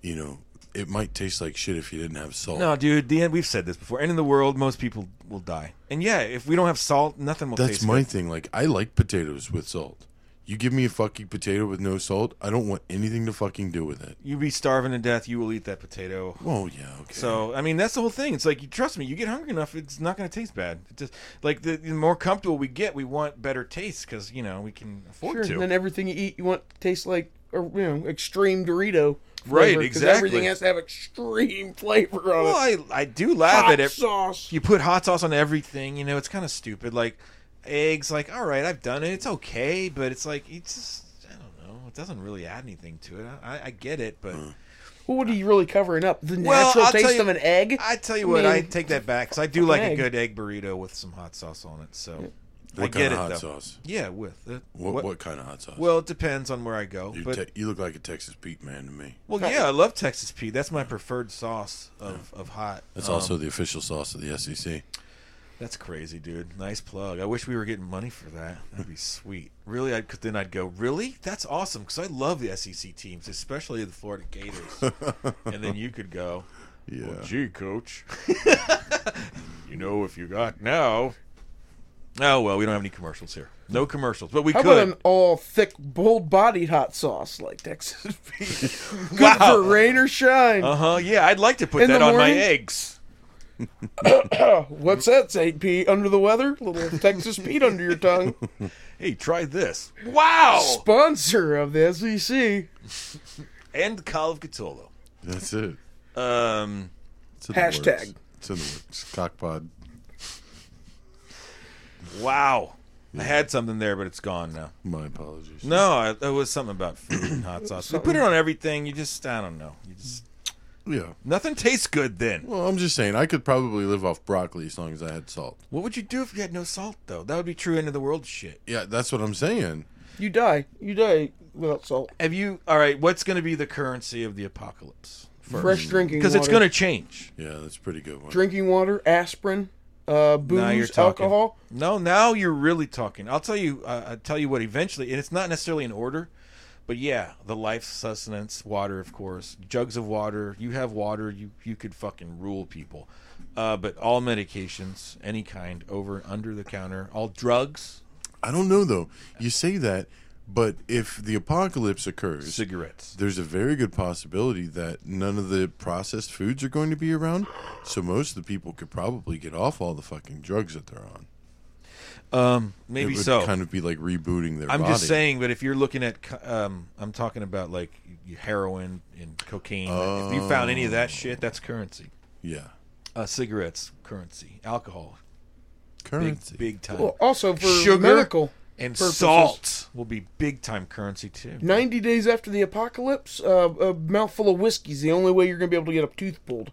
[SPEAKER 2] you know, it might taste like shit if you didn't have salt.
[SPEAKER 7] No, dude, the end. We've said this before. End of the world. Most people will die. And yeah, if we don't have salt, nothing will
[SPEAKER 2] That's
[SPEAKER 7] taste
[SPEAKER 2] my
[SPEAKER 7] good.
[SPEAKER 2] thing. Like, I like potatoes with salt. You give me a fucking potato with no salt, I don't want anything to fucking do with it.
[SPEAKER 7] You be starving to death. You will eat that potato.
[SPEAKER 2] Well, yeah, okay.
[SPEAKER 7] So I mean, that's the whole thing. It's like you trust me. You get hungry enough, it's not going to taste bad. It just like the, the more comfortable we get, we want better taste because you know we can afford
[SPEAKER 3] Sure,
[SPEAKER 7] to.
[SPEAKER 3] And then everything you eat, you want to taste like or you know extreme Dorito.
[SPEAKER 7] Right,
[SPEAKER 3] flavor, 'cause
[SPEAKER 7] exactly.
[SPEAKER 3] Everything has to have extreme flavor on
[SPEAKER 7] well,
[SPEAKER 3] it.
[SPEAKER 7] I I do laugh
[SPEAKER 3] Hot
[SPEAKER 7] at it.
[SPEAKER 3] sauce.
[SPEAKER 7] You put hot sauce on everything. You know, it's kind of stupid. Like eggs. Like all right, I've done it. It's okay, but it's like it's just I don't know. It doesn't really add anything to it. I, I, I get it, but.
[SPEAKER 2] Hmm.
[SPEAKER 3] Well, what are you really covering up? The
[SPEAKER 7] Well,
[SPEAKER 3] natural
[SPEAKER 7] I'll tell
[SPEAKER 3] taste
[SPEAKER 7] you-
[SPEAKER 3] of an egg.
[SPEAKER 7] I tell you what,
[SPEAKER 3] mean,
[SPEAKER 7] I take that back because I do like a
[SPEAKER 3] egg.
[SPEAKER 7] good egg burrito with some hot sauce on it. So
[SPEAKER 2] what
[SPEAKER 7] I
[SPEAKER 2] kind
[SPEAKER 7] get
[SPEAKER 2] of
[SPEAKER 7] it
[SPEAKER 2] hot
[SPEAKER 7] though.
[SPEAKER 2] sauce?
[SPEAKER 7] Yeah, with it.
[SPEAKER 2] What, what, kind of hot sauce?
[SPEAKER 7] Well, it depends on where I go.
[SPEAKER 2] you,
[SPEAKER 7] but
[SPEAKER 2] te- you look like a Texas Pete man to me.
[SPEAKER 7] well, yeah, I love Texas Pete. That's my preferred sauce of, of hot.
[SPEAKER 2] That's
[SPEAKER 7] Um,
[SPEAKER 2] also the official sauce of the E SEC.
[SPEAKER 7] that's crazy, dude. Nice plug. I wish we were getting money for that. That'd be sweet. Really, I'd 'cause then I'd go. Really, that's awesome because I love the SEC teams, especially the Florida Gators. and then you could go.
[SPEAKER 2] Yeah.
[SPEAKER 7] Well, gee, coach. you know, if you got now. Oh, well, we don't have any commercials here. No commercials, but we
[SPEAKER 3] How about
[SPEAKER 7] could.
[SPEAKER 3] an all thick, bold bodied hot sauce like Texas Pete? Good
[SPEAKER 7] Wow.
[SPEAKER 3] for rain or shine.
[SPEAKER 7] Uh huh. Yeah, I'd like to put
[SPEAKER 3] In
[SPEAKER 7] that
[SPEAKER 3] the
[SPEAKER 7] on my
[SPEAKER 3] morning?
[SPEAKER 7] eggs.
[SPEAKER 3] What's that, St. Pete? Under the weather? Little Texas Pete under your tongue.
[SPEAKER 7] Hey, try this. Wow!
[SPEAKER 3] Sponsor of the E SEC.
[SPEAKER 7] And Calvcatolo.
[SPEAKER 2] That's it.
[SPEAKER 7] Um,
[SPEAKER 2] It's in The
[SPEAKER 3] Hashtag.
[SPEAKER 2] works. It's in the works. Cockpod.
[SPEAKER 7] wow. I had something there, but it's gone now.
[SPEAKER 2] My apologies.
[SPEAKER 7] No, I, it was something about food and hot sauce. We put it on everything. You just, I don't know. You just
[SPEAKER 2] Yeah.
[SPEAKER 7] nothing tastes good then.
[SPEAKER 2] Well, I'm just saying, I could probably live off broccoli as long as I had salt.
[SPEAKER 7] What would you do if you had no salt though? That would be true end of the world shit.
[SPEAKER 2] Yeah, that's what I'm saying.
[SPEAKER 3] You die. You die without salt.
[SPEAKER 7] Have you? All right. What's going to be the currency of the apocalypse?
[SPEAKER 3] Fresh drinking
[SPEAKER 7] Because it's
[SPEAKER 3] water.
[SPEAKER 7] going to change.
[SPEAKER 2] Yeah, that's a pretty good one.
[SPEAKER 3] drinking water, aspirin, uh,
[SPEAKER 7] Now you're
[SPEAKER 3] booze,
[SPEAKER 7] talking.
[SPEAKER 3] alcohol.
[SPEAKER 7] No, now you're really talking. I'll tell you. Uh, I'll tell you what. Eventually, and it's not necessarily in order, but yeah, the life sustenance, water, of course, jugs of water. You have water. You you could fucking rule people. Uh, but all medications, any kind, over under the counter, all drugs,
[SPEAKER 2] I don't know though. You say that, but if the apocalypse occurs,
[SPEAKER 7] cigarettes.
[SPEAKER 2] there's a very good possibility that none of the processed foods are going to be around. So most of the people could probably get off all the fucking drugs that they're on.
[SPEAKER 7] Um,
[SPEAKER 2] It
[SPEAKER 7] maybe
[SPEAKER 2] would
[SPEAKER 7] so.
[SPEAKER 2] kind of be like rebooting their
[SPEAKER 7] I'm
[SPEAKER 2] body.
[SPEAKER 7] just saying, but if you're looking at, co- um, I'm talking about like y- heroin and cocaine. If you found any of that shit, that's currency.
[SPEAKER 2] Yeah.
[SPEAKER 7] Uh, cigarettes, currency, alcohol, big,
[SPEAKER 2] Currency.
[SPEAKER 7] big time.
[SPEAKER 3] Well, also for
[SPEAKER 7] Sugar.
[SPEAKER 3] medical.
[SPEAKER 7] and
[SPEAKER 3] purposes.
[SPEAKER 7] salt will be big time currency too.
[SPEAKER 3] 90 days after the apocalypse, uh, a mouthful of whiskey's the only way you're going to be able to get a tooth pulled.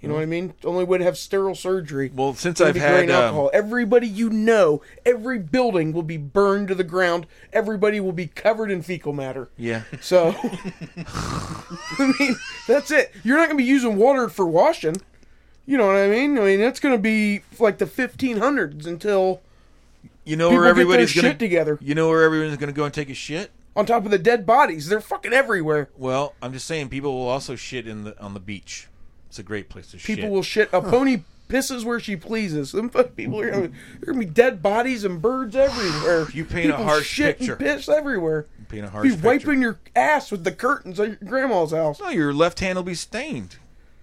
[SPEAKER 3] You know what I mean? The only way to have sterile surgery.
[SPEAKER 7] Well, since
[SPEAKER 3] Gonna
[SPEAKER 7] I've
[SPEAKER 3] be
[SPEAKER 7] had,
[SPEAKER 3] grain
[SPEAKER 7] um,
[SPEAKER 3] alcohol. everybody you know, every building will be burned to the ground. Everybody will be covered in fecal matter.
[SPEAKER 7] Yeah.
[SPEAKER 3] So, I mean, that's it. You're not going to be using water for washing. You know what I mean? I mean, that's going to be like the 1500s until
[SPEAKER 7] You know
[SPEAKER 3] People
[SPEAKER 7] where
[SPEAKER 3] get their
[SPEAKER 7] everybody's gonna
[SPEAKER 3] shit together.
[SPEAKER 7] You know where everyone's gonna go and take a shit?
[SPEAKER 3] on top of the dead bodies. They're fucking everywhere.
[SPEAKER 7] Well, I'm just saying people will also shit in the on the beach. It's a great place to shit.
[SPEAKER 3] People will shit. A pony pisses where she pleases. Them fucking people are going to be dead bodies and birds everywhere.
[SPEAKER 7] You paint a
[SPEAKER 3] People
[SPEAKER 7] harsh
[SPEAKER 3] shit
[SPEAKER 7] picture.
[SPEAKER 3] And piss everywhere.
[SPEAKER 7] paint a harsh
[SPEAKER 3] Be wiping
[SPEAKER 7] picture.
[SPEAKER 3] your ass with the curtains at your grandma's house.
[SPEAKER 7] No, your left hand will be stained.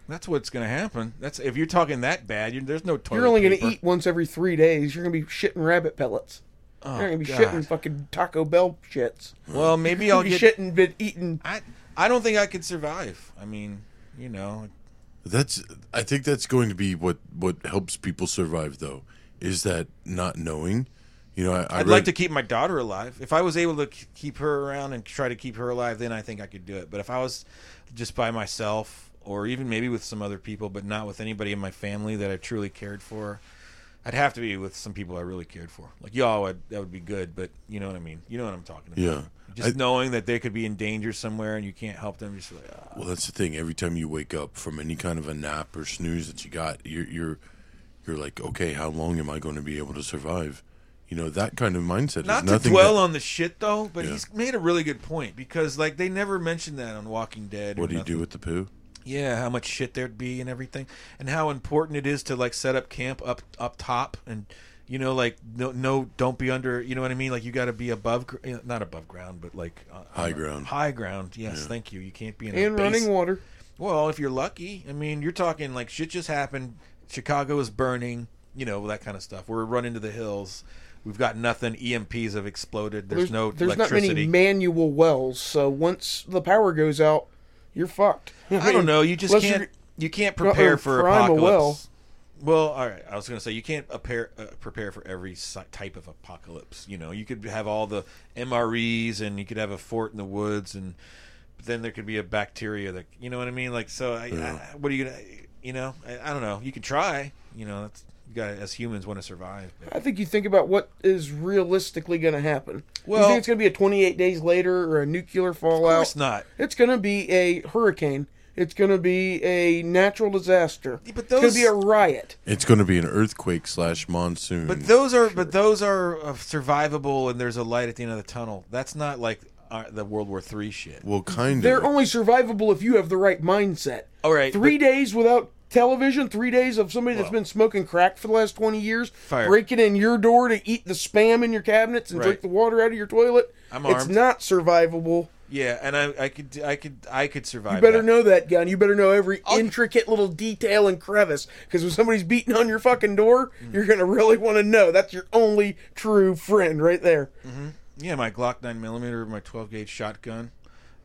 [SPEAKER 7] That's what's gonna happen. That's if you're talking that bad. you there's no toilet.
[SPEAKER 3] You're only going to
[SPEAKER 7] paper.
[SPEAKER 3] eat once every three days. You're going to be shitting rabbit pellets. you're going to be
[SPEAKER 7] Oh, God.
[SPEAKER 3] shitting fucking Taco Bell shits.
[SPEAKER 7] Well, maybe
[SPEAKER 3] You'll
[SPEAKER 7] I'll
[SPEAKER 3] be
[SPEAKER 7] get.
[SPEAKER 3] shitting, been eating.
[SPEAKER 7] I I don't think I could survive. I mean, you know,
[SPEAKER 2] That's I think that's going to be what what helps people survive though is that not knowing. You know, I, I
[SPEAKER 7] I'd
[SPEAKER 2] read-
[SPEAKER 7] like to keep my daughter alive. If I was able to k- keep her around and try to keep her alive, then I think I could do it. But if I was just by myself, or even maybe with some other people, but not with anybody in my family that I truly cared for, I'd have to be with some people I really cared for. Like y'all, would, that would be good. But you know what I mean. You know what I'm talking about.
[SPEAKER 2] Yeah.
[SPEAKER 7] Just
[SPEAKER 2] I-
[SPEAKER 7] knowing that they could be in danger somewhere and you can't help them, just like ah.
[SPEAKER 2] Well, that's the thing. Every time you wake up from any kind of a nap or snooze that you got, you're you're you're like, okay, how long am I going to be able to survive? You know, that kind of mindset.
[SPEAKER 7] not
[SPEAKER 2] is
[SPEAKER 7] to
[SPEAKER 2] nothing
[SPEAKER 7] dwell
[SPEAKER 2] that-
[SPEAKER 7] on the shit though. But
[SPEAKER 2] Yeah.
[SPEAKER 7] he's made a really good point because like they never mentioned that on Walking Dead. or
[SPEAKER 2] What do you
[SPEAKER 7] nothing.
[SPEAKER 2] do with the poo?
[SPEAKER 7] Yeah, how much shit there'd be and everything, and how important it is to like set up camp up up top, and you know, like no, no, don't be under. You know what I mean? Like you got to be above, gr- eh, not above ground, but like uh,
[SPEAKER 2] High
[SPEAKER 7] uh,
[SPEAKER 2] ground.
[SPEAKER 7] High ground. Yes, thank you. You can't be in a
[SPEAKER 3] And running
[SPEAKER 7] base-
[SPEAKER 3] water.
[SPEAKER 7] Well, if you're lucky, I mean, you're talking like shit just happened. Chicago is burning. You know that kind of stuff. We're running to the hills. We've got nothing. EMPs have exploded. There's, no
[SPEAKER 3] there's not
[SPEAKER 7] electricity.
[SPEAKER 3] many manual wells, so once the power goes out, you're fucked.
[SPEAKER 7] I don't know. You just
[SPEAKER 3] unless
[SPEAKER 7] can't.
[SPEAKER 3] you're-
[SPEAKER 7] You can't
[SPEAKER 3] Well,
[SPEAKER 7] prepare
[SPEAKER 3] or
[SPEAKER 7] for
[SPEAKER 3] prime a
[SPEAKER 7] apocalypse.
[SPEAKER 3] well.
[SPEAKER 7] Well. all right. I was going to say you can't prepare uh, prepare for every si- type of apocalypse. You know, you could have all the MREs, and you could have a fort in the woods, and but then there could be a bacteria that you know what I mean. Like, so I, I, what are you gonna? You know, I, I don't know. You could try. You know, that's you got to as humans want to survive. but-
[SPEAKER 3] I think you think about what is realistically going to happen. Well, you
[SPEAKER 7] Well-
[SPEAKER 3] think it's going to be a 28 days later or a nuclear fallout?
[SPEAKER 7] course not.
[SPEAKER 3] It's going to be a hurricane. It's going to be a natural disaster.
[SPEAKER 7] but
[SPEAKER 3] It's
[SPEAKER 7] those-
[SPEAKER 3] going to be a riot.
[SPEAKER 2] It's going to be an earthquake slash monsoon.
[SPEAKER 7] But those are but those are uh, survivable, and there's a light at the end of the tunnel. That's not like uh, the World War Three shit.
[SPEAKER 2] well, kind
[SPEAKER 3] They're
[SPEAKER 2] of.
[SPEAKER 3] only survivable if you have the right mindset.
[SPEAKER 7] All right,
[SPEAKER 3] Three
[SPEAKER 7] but-
[SPEAKER 3] days without television, three days of somebody that's been smoking crack for the last 20 years,
[SPEAKER 7] Fire.
[SPEAKER 3] breaking in your door to eat the spam in your cabinets and drink
[SPEAKER 7] Right.
[SPEAKER 3] the water out of your toilet.
[SPEAKER 7] I'm
[SPEAKER 3] It's
[SPEAKER 7] armed.
[SPEAKER 3] not survivable.
[SPEAKER 7] Yeah, and I, I could, I could, I could survive.
[SPEAKER 3] You better
[SPEAKER 7] that.
[SPEAKER 3] know that gun. You better know every intricate little detail and crevice. Because when somebody's beating on your fucking door,
[SPEAKER 7] Mm.
[SPEAKER 3] you're gonna really want to know. That's your only true friend right there.
[SPEAKER 7] Mm. Yeah, my Glock nine millimeter, my twelve gauge shotgun,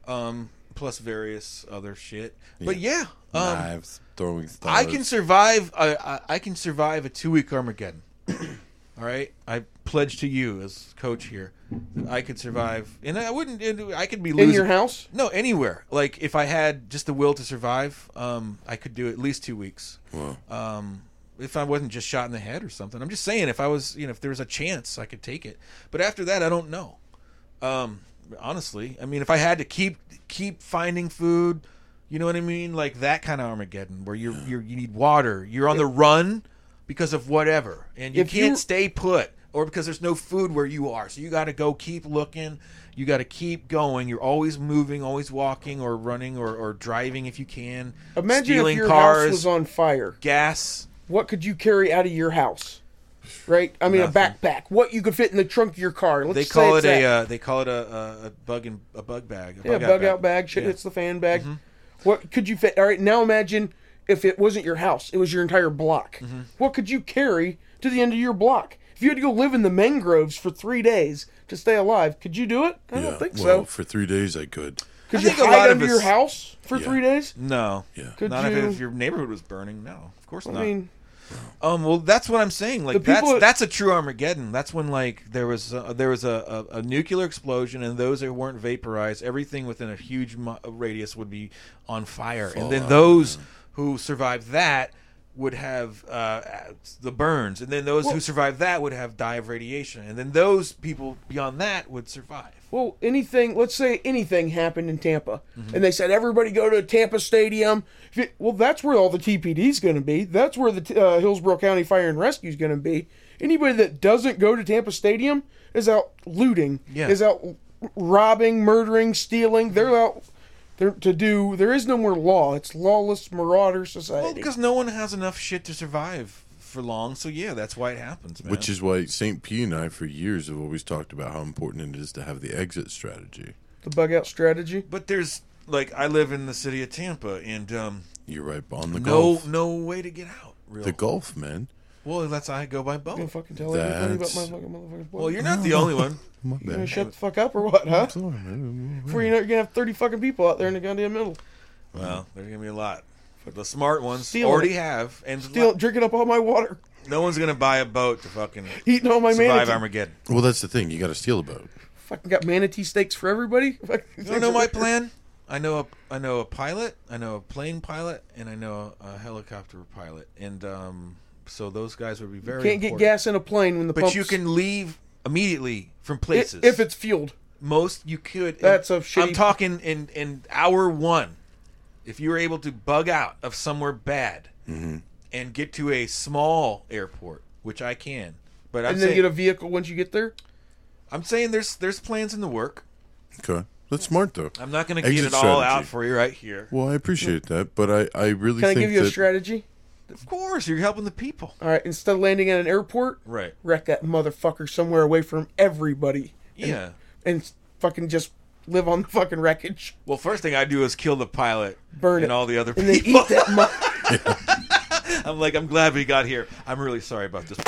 [SPEAKER 7] um, plus various other shit. But yeah, um,
[SPEAKER 2] knives, throwing stars.
[SPEAKER 7] I can survive. I, I, I can survive a two week Armageddon. All right, I pledge to you as coach here that I could survive, and I wouldn't. and I could be losing.
[SPEAKER 3] In your house,
[SPEAKER 7] No, anywhere. Like if I had just the will to survive, um, I could do at least two weeks. Um, if I wasn't just shot in the head or something. I'm just saying, if I was, you know, if there was a chance, I could take it. But after that, I don't know. Um, honestly, I mean, if I had to keep keep finding food, you know what I mean, like that kind of Armageddon where you're, you're you need water, you're on the run because of whatever, and you
[SPEAKER 3] If
[SPEAKER 7] can't
[SPEAKER 3] you-
[SPEAKER 7] stay put. Or because there's no food where you are, so you got to go keep looking. You got to keep going. You're always moving, always walking or running or, or driving if you can.
[SPEAKER 3] imagine
[SPEAKER 7] stealing
[SPEAKER 3] if your
[SPEAKER 7] cars,
[SPEAKER 3] house was on fire.
[SPEAKER 7] gas.
[SPEAKER 3] What could you carry out of your house? Right? I mean,
[SPEAKER 7] Nothing.
[SPEAKER 3] a backpack. What you could fit in the trunk of your car. Let's
[SPEAKER 7] They
[SPEAKER 3] say
[SPEAKER 7] call it
[SPEAKER 3] it's
[SPEAKER 7] a
[SPEAKER 3] that.
[SPEAKER 7] uh, they call it a, a, a bug and a bug bag. A
[SPEAKER 3] yeah,
[SPEAKER 7] bug,
[SPEAKER 3] bug out bag.
[SPEAKER 7] Yeah.
[SPEAKER 3] Shit
[SPEAKER 7] Mm-hmm.
[SPEAKER 3] hits the fan bag. What could you fit? All right, now imagine if it wasn't your house; it was your entire block.
[SPEAKER 7] Mm-hmm.
[SPEAKER 3] What could you carry to the end of your block? If you had to go live in the mangroves for three days to stay alive, could you do it? I
[SPEAKER 2] Yeah,
[SPEAKER 3] don't think
[SPEAKER 2] well,
[SPEAKER 3] so.
[SPEAKER 2] for three days I could.
[SPEAKER 3] Could
[SPEAKER 7] I
[SPEAKER 3] you
[SPEAKER 7] think a
[SPEAKER 3] hide
[SPEAKER 7] lot of
[SPEAKER 3] under your
[SPEAKER 7] us-
[SPEAKER 3] house for
[SPEAKER 2] Yeah.
[SPEAKER 3] three days?
[SPEAKER 7] No,
[SPEAKER 2] Yeah.
[SPEAKER 3] Could
[SPEAKER 7] not
[SPEAKER 3] you-
[SPEAKER 7] if, if your neighborhood was burning. No, of course
[SPEAKER 3] I
[SPEAKER 7] not.
[SPEAKER 3] mean,
[SPEAKER 7] Um, well, that's what I'm saying. Like
[SPEAKER 3] people
[SPEAKER 7] that's
[SPEAKER 3] that-
[SPEAKER 7] that's a true Armageddon. That's when like there was a, there was a, a, a nuclear explosion, and those that weren't vaporized, everything within a huge mu- radius would be on fire, and then those who survived that would have uh, the burns, and then those who survived that would have die of radiation, and then those people beyond that would survive.
[SPEAKER 3] Well, anything, let's say anything happened in Tampa, and they said everybody go to Tampa Stadium. If you- Well, that's where all the TPD is going to be. That's where the uh, Hillsborough County Fire and Rescue is going to be. Anybody that doesn't go to Tampa Stadium is out looting,
[SPEAKER 7] Yeah.
[SPEAKER 3] is out robbing, murdering, stealing. They're out they're, to do. There is no more law. It's lawless, marauder
[SPEAKER 7] Well,
[SPEAKER 3] society.
[SPEAKER 7] because no one has enough shit to survive for long, so yeah, that's why it happens, man.
[SPEAKER 2] Which is why St. P and I, for years, have always talked about how important it is to have the exit strategy.
[SPEAKER 3] the bug out strategy.
[SPEAKER 7] but there's like I live in the city of Tampa, and um,
[SPEAKER 2] You're right on the
[SPEAKER 7] no
[SPEAKER 2] golf.
[SPEAKER 7] no way to get out. Real.
[SPEAKER 2] The golf, man.
[SPEAKER 7] well, that's I go by
[SPEAKER 3] Don't
[SPEAKER 7] boat.
[SPEAKER 3] fucking tell everybody about
[SPEAKER 2] That's-
[SPEAKER 3] my fucking motherfucking boy.
[SPEAKER 7] Well, you're not the only one.
[SPEAKER 2] My
[SPEAKER 3] You gonna
[SPEAKER 2] bad.
[SPEAKER 3] shut the fuck up or what, huh?
[SPEAKER 2] Sorry, man.
[SPEAKER 3] Before you know, it, you're gonna have thirty fucking people out there in the goddamn middle.
[SPEAKER 7] Well, there's gonna be a lot. But the smart ones
[SPEAKER 3] Steal
[SPEAKER 7] already
[SPEAKER 3] it.
[SPEAKER 7] have, and
[SPEAKER 3] Still drinking up all my water,
[SPEAKER 7] no one's gonna buy a boat to fucking
[SPEAKER 3] eating all my
[SPEAKER 7] survive
[SPEAKER 3] manatee.
[SPEAKER 7] Armageddon.
[SPEAKER 2] Well, that's the thing. You got to steal the boat.
[SPEAKER 3] Fucking got manatee steaks for everybody. Fucking-
[SPEAKER 7] You know my plan? I know a I know a pilot, I know a plane pilot, and I know a, a helicopter pilot, and um, so those guys would be very
[SPEAKER 3] Can't get
[SPEAKER 7] important.
[SPEAKER 3] gas in a plane when the
[SPEAKER 7] But
[SPEAKER 3] pumps-
[SPEAKER 7] you can leave immediately from
[SPEAKER 3] i-
[SPEAKER 7] places
[SPEAKER 3] if it's fueled.
[SPEAKER 7] most you could.
[SPEAKER 3] That's a
[SPEAKER 7] I'm
[SPEAKER 3] shitty-
[SPEAKER 7] talking in in hour one. If you were able to bug out of somewhere bad
[SPEAKER 2] Mm-hmm.
[SPEAKER 7] and get to a small airport, which I can, but I'm
[SPEAKER 3] And then
[SPEAKER 7] saying
[SPEAKER 3] get a vehicle once you get there.
[SPEAKER 7] I'm saying there's there's plans in the work.
[SPEAKER 2] Okay, that's smart though.
[SPEAKER 7] I'm not going to get
[SPEAKER 2] Exit
[SPEAKER 7] it all
[SPEAKER 2] strategy.
[SPEAKER 7] out for you right here.
[SPEAKER 2] Well, I appreciate that, but I, I really
[SPEAKER 3] Can I
[SPEAKER 2] think
[SPEAKER 3] give you
[SPEAKER 2] that
[SPEAKER 3] a strategy?
[SPEAKER 7] Of course, you're helping the people.
[SPEAKER 3] All right, instead of landing at an airport,
[SPEAKER 7] Right.
[SPEAKER 3] wreck that motherfucker somewhere away from everybody. And-
[SPEAKER 7] Yeah.
[SPEAKER 3] and fucking just live on the fucking wreckage.
[SPEAKER 7] Well, first thing I do is kill the pilot,
[SPEAKER 3] Burn
[SPEAKER 7] and
[SPEAKER 3] it.
[SPEAKER 7] all the other
[SPEAKER 3] And then
[SPEAKER 7] people.
[SPEAKER 3] eat that. Mu-
[SPEAKER 7] I'm like, I'm glad we got here. I'm really sorry about this.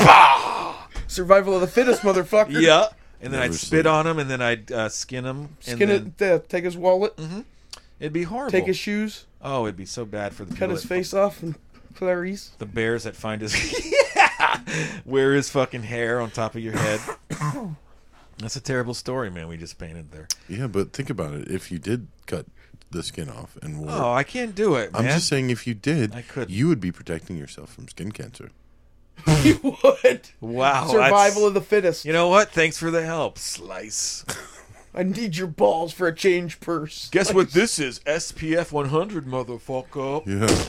[SPEAKER 3] survival of the fittest, motherfucker.
[SPEAKER 7] yeah. And then
[SPEAKER 2] Never
[SPEAKER 7] I'd
[SPEAKER 2] seen
[SPEAKER 7] spit
[SPEAKER 2] it.
[SPEAKER 7] on him, and then I'd uh, skin him.
[SPEAKER 3] Skin
[SPEAKER 7] and then Mm-hmm.
[SPEAKER 3] it. Uh, take his wallet.
[SPEAKER 7] It'd be horrible.
[SPEAKER 3] Take his shoes.
[SPEAKER 7] Oh, it'd be so bad for the
[SPEAKER 3] Cut
[SPEAKER 7] people
[SPEAKER 3] his
[SPEAKER 7] that-
[SPEAKER 3] face off. And Clarice.
[SPEAKER 7] The bears that find his yeah, wear his fucking hair on top of your head. That's a terrible story, man. We just painted there.
[SPEAKER 2] Yeah, but think about it. If you did cut the skin off and wore,
[SPEAKER 7] Oh, I can't do it,
[SPEAKER 2] I'm
[SPEAKER 7] man.
[SPEAKER 2] just saying, if you did,
[SPEAKER 7] I couldn't.
[SPEAKER 2] you would be protecting yourself from skin cancer.
[SPEAKER 3] you would.
[SPEAKER 7] wow, Oh,
[SPEAKER 3] Survival
[SPEAKER 7] that's-
[SPEAKER 3] of the fittest.
[SPEAKER 7] You know what? Thanks for the help, Slice.
[SPEAKER 3] I need your balls for a change purse.
[SPEAKER 7] Guess what this is? SPF 100, motherfucker.
[SPEAKER 2] Yeah,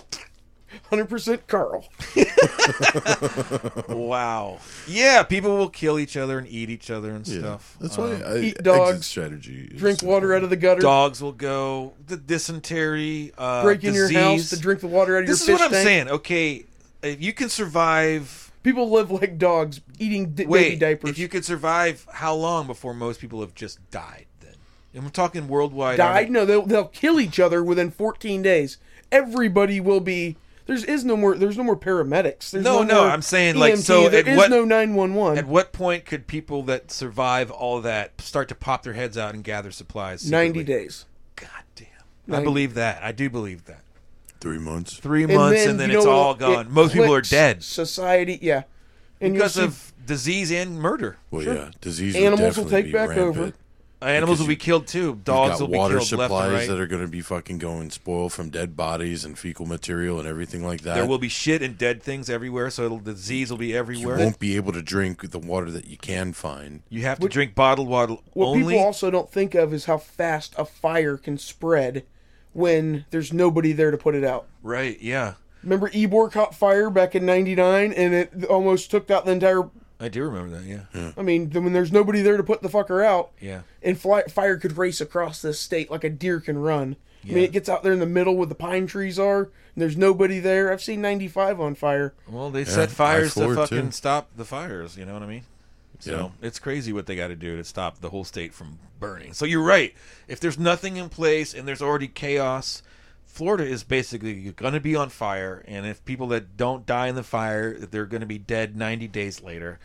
[SPEAKER 3] Hundred percent, Carl.
[SPEAKER 7] Wow. Yeah, people will kill each other and eat each other and
[SPEAKER 2] yeah.
[SPEAKER 7] stuff.
[SPEAKER 2] That's why
[SPEAKER 7] Um,
[SPEAKER 2] I,
[SPEAKER 3] eat
[SPEAKER 2] exit
[SPEAKER 3] dogs,
[SPEAKER 2] strategy. is
[SPEAKER 3] Drink water out of the gutter.
[SPEAKER 7] dogs will go. The dysentery. Uh,
[SPEAKER 3] break in your house
[SPEAKER 7] disease.
[SPEAKER 3] to drink the water out of
[SPEAKER 7] This is
[SPEAKER 3] your
[SPEAKER 7] what
[SPEAKER 3] fish
[SPEAKER 7] I'm
[SPEAKER 3] tank.
[SPEAKER 7] saying. Okay, if you can survive,
[SPEAKER 3] People live like dogs, eating d- baby
[SPEAKER 7] wait,
[SPEAKER 3] diapers.
[SPEAKER 7] if you could survive, how long before most people have just died? Then, and we're talking worldwide.
[SPEAKER 3] died, no, they'll, they'll kill each other within 14 days. Everybody will be. There's is no more. There's no more paramedics. There's
[SPEAKER 7] No,
[SPEAKER 3] no,
[SPEAKER 7] no,
[SPEAKER 3] more
[SPEAKER 7] I'm saying, like,
[SPEAKER 3] EMT,
[SPEAKER 7] so
[SPEAKER 3] there
[SPEAKER 7] at
[SPEAKER 3] is
[SPEAKER 7] what-
[SPEAKER 3] no 911.
[SPEAKER 7] At what point could people that survive all that start to pop their heads out and gather supplies?
[SPEAKER 3] 90
[SPEAKER 7] secretly?
[SPEAKER 3] days.
[SPEAKER 7] God damn. I
[SPEAKER 3] Ninety.
[SPEAKER 7] believe that. I do believe that.
[SPEAKER 2] Three months.
[SPEAKER 7] Three months and then
[SPEAKER 3] you know
[SPEAKER 7] it's
[SPEAKER 3] what?
[SPEAKER 7] all
[SPEAKER 3] It
[SPEAKER 7] gone. Most people are
[SPEAKER 3] clicks.
[SPEAKER 7] dead
[SPEAKER 3] Society, yeah, and you'll
[SPEAKER 7] because
[SPEAKER 3] see
[SPEAKER 7] of disease and murder.
[SPEAKER 2] Well, yeah, disease.
[SPEAKER 3] Animals will
[SPEAKER 2] would definitely
[SPEAKER 3] take
[SPEAKER 2] be
[SPEAKER 3] back
[SPEAKER 2] rampant.
[SPEAKER 3] over.
[SPEAKER 2] You've
[SPEAKER 7] Animals
[SPEAKER 2] Because
[SPEAKER 7] will be
[SPEAKER 2] you-
[SPEAKER 7] killed too. Dogs
[SPEAKER 2] got
[SPEAKER 7] will be
[SPEAKER 2] water
[SPEAKER 7] killed
[SPEAKER 2] supplies
[SPEAKER 7] left and right.
[SPEAKER 2] that are going to be fucking going spoil from dead bodies and fecal material and everything like that.
[SPEAKER 7] there will be shit and dead things everywhere, so it'll, disease will be
[SPEAKER 2] you
[SPEAKER 7] everywhere.
[SPEAKER 2] won't be able to drink the water that you can find.
[SPEAKER 7] You have to drink bottled water
[SPEAKER 3] What
[SPEAKER 7] only.
[SPEAKER 3] people also don't think of is how fast a fire can spread when there's nobody there to put it out.
[SPEAKER 7] right? Yeah,
[SPEAKER 3] Remember Ebor caught fire back in 99 and it almost took out the entire
[SPEAKER 7] I do remember that. Yeah, yeah.
[SPEAKER 3] I mean, then when there's nobody there to put the fucker out and fly, fire could race across this state like a deer can run. I mean,
[SPEAKER 7] Yeah.
[SPEAKER 3] it gets out there in the middle where the pine trees are and there's nobody there. I've seen 95 on fire.
[SPEAKER 7] Well, they set
[SPEAKER 2] I
[SPEAKER 7] fires to
[SPEAKER 2] forward,
[SPEAKER 7] fucking
[SPEAKER 2] too.
[SPEAKER 7] stop the fires. You know what I mean? So
[SPEAKER 2] Yeah.
[SPEAKER 7] it's crazy what they got to do to stop the whole state from burning. So you're right. If there's nothing in place and there's already chaos, Florida is basically going to be on fire. And if people that don't die in the fire, they're going to be dead 90 days later.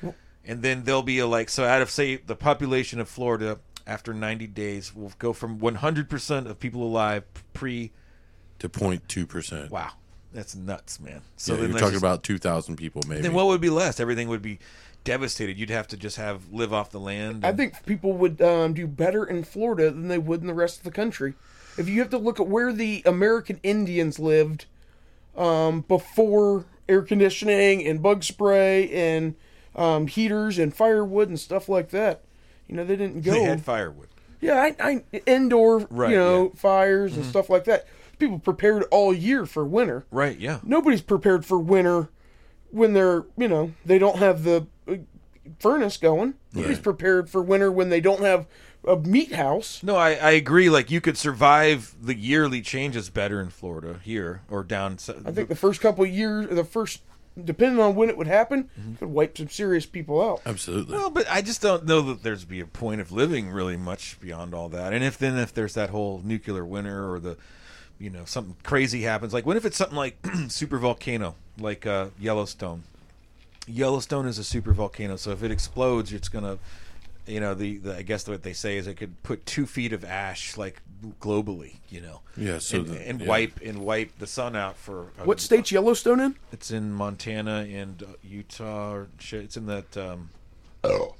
[SPEAKER 7] And then there'll be a like, so out of say the population of Florida after 90 days will go from 100% of people alive pre
[SPEAKER 2] To 0.2 percent.
[SPEAKER 7] Wow. That's nuts, man.
[SPEAKER 2] So
[SPEAKER 7] So then
[SPEAKER 2] you're
[SPEAKER 7] that's
[SPEAKER 2] talking
[SPEAKER 7] just-
[SPEAKER 2] about two thousand people, maybe.
[SPEAKER 7] then what would be left? Everything would be devastated. You'd have to just have live off the land.
[SPEAKER 3] I
[SPEAKER 7] and-
[SPEAKER 3] think people would um, do better in Florida than they would in the rest of the country. If you have to look at where the American Indians lived um, before air conditioning and bug spray and um, heaters and firewood and stuff like that, you know they didn't go.
[SPEAKER 7] they had firewood.
[SPEAKER 3] yeah, I, I indoor
[SPEAKER 7] Right,
[SPEAKER 3] you know
[SPEAKER 7] yeah. Mm-hmm.
[SPEAKER 3] fires and stuff like that. People prepared all year for winter.
[SPEAKER 7] Right, yeah.
[SPEAKER 3] Nobody's prepared for winter when they're you know they don't have the uh, furnace going. Nobody's
[SPEAKER 2] Right.
[SPEAKER 3] prepared for winter when they don't have a meat house.
[SPEAKER 7] No, I, I agree. Like you could survive the yearly changes better in Florida here or down. s-
[SPEAKER 3] I think the first couple of years, the first depending on when it would happen, could wipe some serious people out.
[SPEAKER 2] Absolutely.
[SPEAKER 7] Well, but I just don't know that there's be a point of living really much beyond all that. And if then if there's that whole nuclear winter or the, you know, something crazy happens. Like what if it's something like super volcano, like uh, Yellowstone. Yellowstone is a super volcano, so if it explodes, it's gonna, you know, the, the I guess what they say is it could put two feet of ash like globally, you know.
[SPEAKER 2] Yeah, so
[SPEAKER 7] and,
[SPEAKER 2] the-
[SPEAKER 7] and
[SPEAKER 2] yeah.
[SPEAKER 7] wipe and wipe the sun out for a-
[SPEAKER 3] What state's Yellowstone in?
[SPEAKER 7] It's in Montana and uh, Utah. Or shit. It's in that um,
[SPEAKER 2] Oh.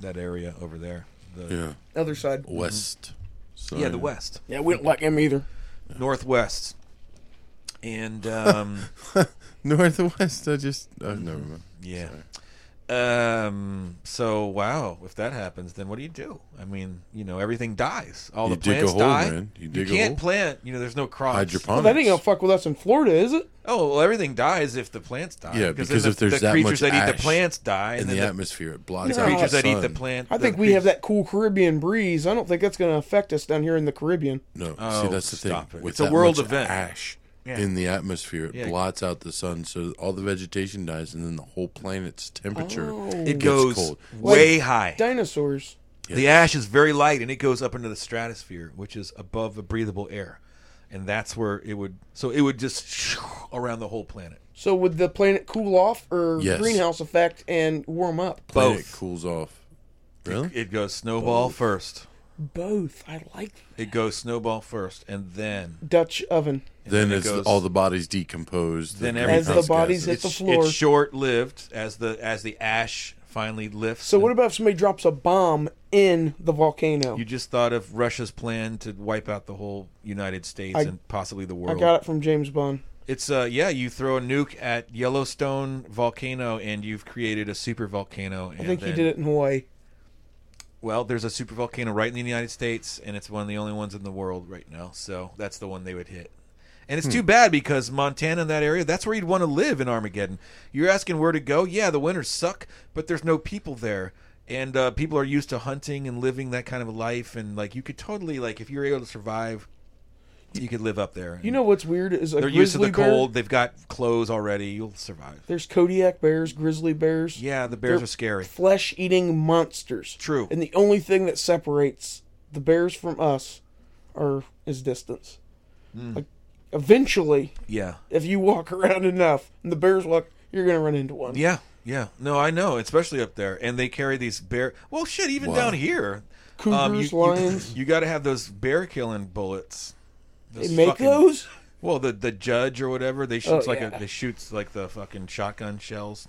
[SPEAKER 7] that area over there. The,
[SPEAKER 2] yeah.
[SPEAKER 3] Other side.
[SPEAKER 2] Oh. West.
[SPEAKER 7] Mm-hmm. yeah. the West,
[SPEAKER 3] Yeah, we don't like him either.
[SPEAKER 7] Northwest, and um,
[SPEAKER 2] Northwest. I just. Oh, never mind.
[SPEAKER 7] yeah. Um. So wow, if that happens, then what do you do? I mean, you know, everything dies. All
[SPEAKER 2] You
[SPEAKER 7] the
[SPEAKER 2] dig a
[SPEAKER 7] plants
[SPEAKER 2] hole,
[SPEAKER 7] die.
[SPEAKER 2] man. You
[SPEAKER 7] You,
[SPEAKER 2] dig a hole.
[SPEAKER 7] can't plant. You know, there's no crops.
[SPEAKER 2] Hydroponics.
[SPEAKER 3] That ain't gonna fuck with us in Florida, is it?
[SPEAKER 7] Oh well, everything dies if the plants die.
[SPEAKER 2] Yeah,
[SPEAKER 7] then
[SPEAKER 2] because
[SPEAKER 7] the,
[SPEAKER 2] if there's
[SPEAKER 7] the
[SPEAKER 2] that
[SPEAKER 7] creatures
[SPEAKER 2] much
[SPEAKER 7] that eat the
[SPEAKER 2] ash
[SPEAKER 7] plants die,
[SPEAKER 2] in
[SPEAKER 7] and
[SPEAKER 2] the
[SPEAKER 7] then
[SPEAKER 2] atmoatmosphere, it blots
[SPEAKER 7] the
[SPEAKER 2] out
[SPEAKER 7] creatures
[SPEAKER 2] the
[SPEAKER 7] that eat the
[SPEAKER 2] sun.
[SPEAKER 7] plant.
[SPEAKER 3] Oh, I
[SPEAKER 7] the
[SPEAKER 3] think we have
[SPEAKER 7] creatures-
[SPEAKER 3] that cool Caribbean breeze. I don't think that's gonna affect us down here in the Caribbean.
[SPEAKER 2] No,
[SPEAKER 7] Oh,
[SPEAKER 2] see that's the thing.
[SPEAKER 7] stop it.
[SPEAKER 2] With
[SPEAKER 7] It's a
[SPEAKER 2] that
[SPEAKER 7] world
[SPEAKER 2] much
[SPEAKER 7] event.
[SPEAKER 2] Ash
[SPEAKER 7] Yeah.
[SPEAKER 2] in the atmosphere it
[SPEAKER 7] Yeah.
[SPEAKER 2] blots out the sun, so all the vegetation dies, and then the whole planet's temperature
[SPEAKER 7] It
[SPEAKER 2] gets
[SPEAKER 7] goes
[SPEAKER 2] cold.
[SPEAKER 7] way high.
[SPEAKER 3] Dinosaurs.
[SPEAKER 7] The ash is very light and it goes up into the stratosphere, which is above the breathable air. And that's where it would so it would just shoo around the whole planet.
[SPEAKER 3] So would the planet cool off or
[SPEAKER 2] Yes.
[SPEAKER 3] greenhouse effect and warm up?
[SPEAKER 2] Planet
[SPEAKER 7] Both.
[SPEAKER 2] cools off. Really?
[SPEAKER 7] It goes snowball first.
[SPEAKER 3] Both. I like
[SPEAKER 7] It goes snowball first and then
[SPEAKER 3] Dutch oven.
[SPEAKER 2] then
[SPEAKER 7] it
[SPEAKER 2] it's
[SPEAKER 7] goes-
[SPEAKER 2] all the bodies decomposed.
[SPEAKER 7] Then
[SPEAKER 2] the
[SPEAKER 7] everything-
[SPEAKER 2] greenhouse
[SPEAKER 3] As the bodies
[SPEAKER 2] gases.
[SPEAKER 3] hit the
[SPEAKER 7] it's,
[SPEAKER 3] floor.
[SPEAKER 7] it's short lived as the as the ash finally lifts.
[SPEAKER 3] So
[SPEAKER 7] and
[SPEAKER 3] what about if somebody drops a bomb in the volcano?
[SPEAKER 7] you just thought of Russia's plan to wipe out the whole United States
[SPEAKER 3] I-
[SPEAKER 7] and possibly the
[SPEAKER 3] I
[SPEAKER 7] world.
[SPEAKER 3] got it from James Bond.
[SPEAKER 7] It's uh yeah, you throw a nuke at Yellowstone volcano and you've created a super volcano and
[SPEAKER 3] I think he
[SPEAKER 7] then-
[SPEAKER 3] did it in Hawaii.
[SPEAKER 7] Well, there's a super volcano right in the United States, and it's one of the only ones in the world right now. So that's the one they would hit. And it's
[SPEAKER 3] Hmm.
[SPEAKER 7] too bad because Montana and that area, that's where you'd want to live in Armageddon. You're asking where to go. Yeah, the winters suck, but there's no people there. And uh, people are used to hunting and living that kind of a life. And, like, you could totally, like, if you're able to survive, you could live up there.
[SPEAKER 3] You know what's weird is a
[SPEAKER 7] they're
[SPEAKER 3] grizzly
[SPEAKER 7] used to the
[SPEAKER 3] bear-
[SPEAKER 7] cold. They've got clothes already. You'll survive.
[SPEAKER 3] There's Kodiak bears, grizzly bears.
[SPEAKER 7] Yeah, the bears
[SPEAKER 3] They're
[SPEAKER 7] are scary.
[SPEAKER 3] Flesh-eating monsters.
[SPEAKER 7] True.
[SPEAKER 3] And the only thing that separates the bears from us are is distance.
[SPEAKER 7] Hmm.
[SPEAKER 3] Like, eventually,
[SPEAKER 7] Yeah.
[SPEAKER 3] if you walk around enough and the bears walk, you're gonna run into one.
[SPEAKER 7] Yeah, yeah. No, I know, especially up there. And they carry these bear. Well, shit, even
[SPEAKER 2] Wow.
[SPEAKER 7] down here, um,
[SPEAKER 3] Cougars,
[SPEAKER 7] you,
[SPEAKER 3] lions.
[SPEAKER 7] You, got to have those bear killing bullets. Those
[SPEAKER 3] They make
[SPEAKER 7] fucking-
[SPEAKER 3] those.
[SPEAKER 7] Well, the the judge or whatever they shoots
[SPEAKER 3] Oh,
[SPEAKER 7] like
[SPEAKER 3] yeah.
[SPEAKER 7] a, they shoots like the fucking shotgun shells.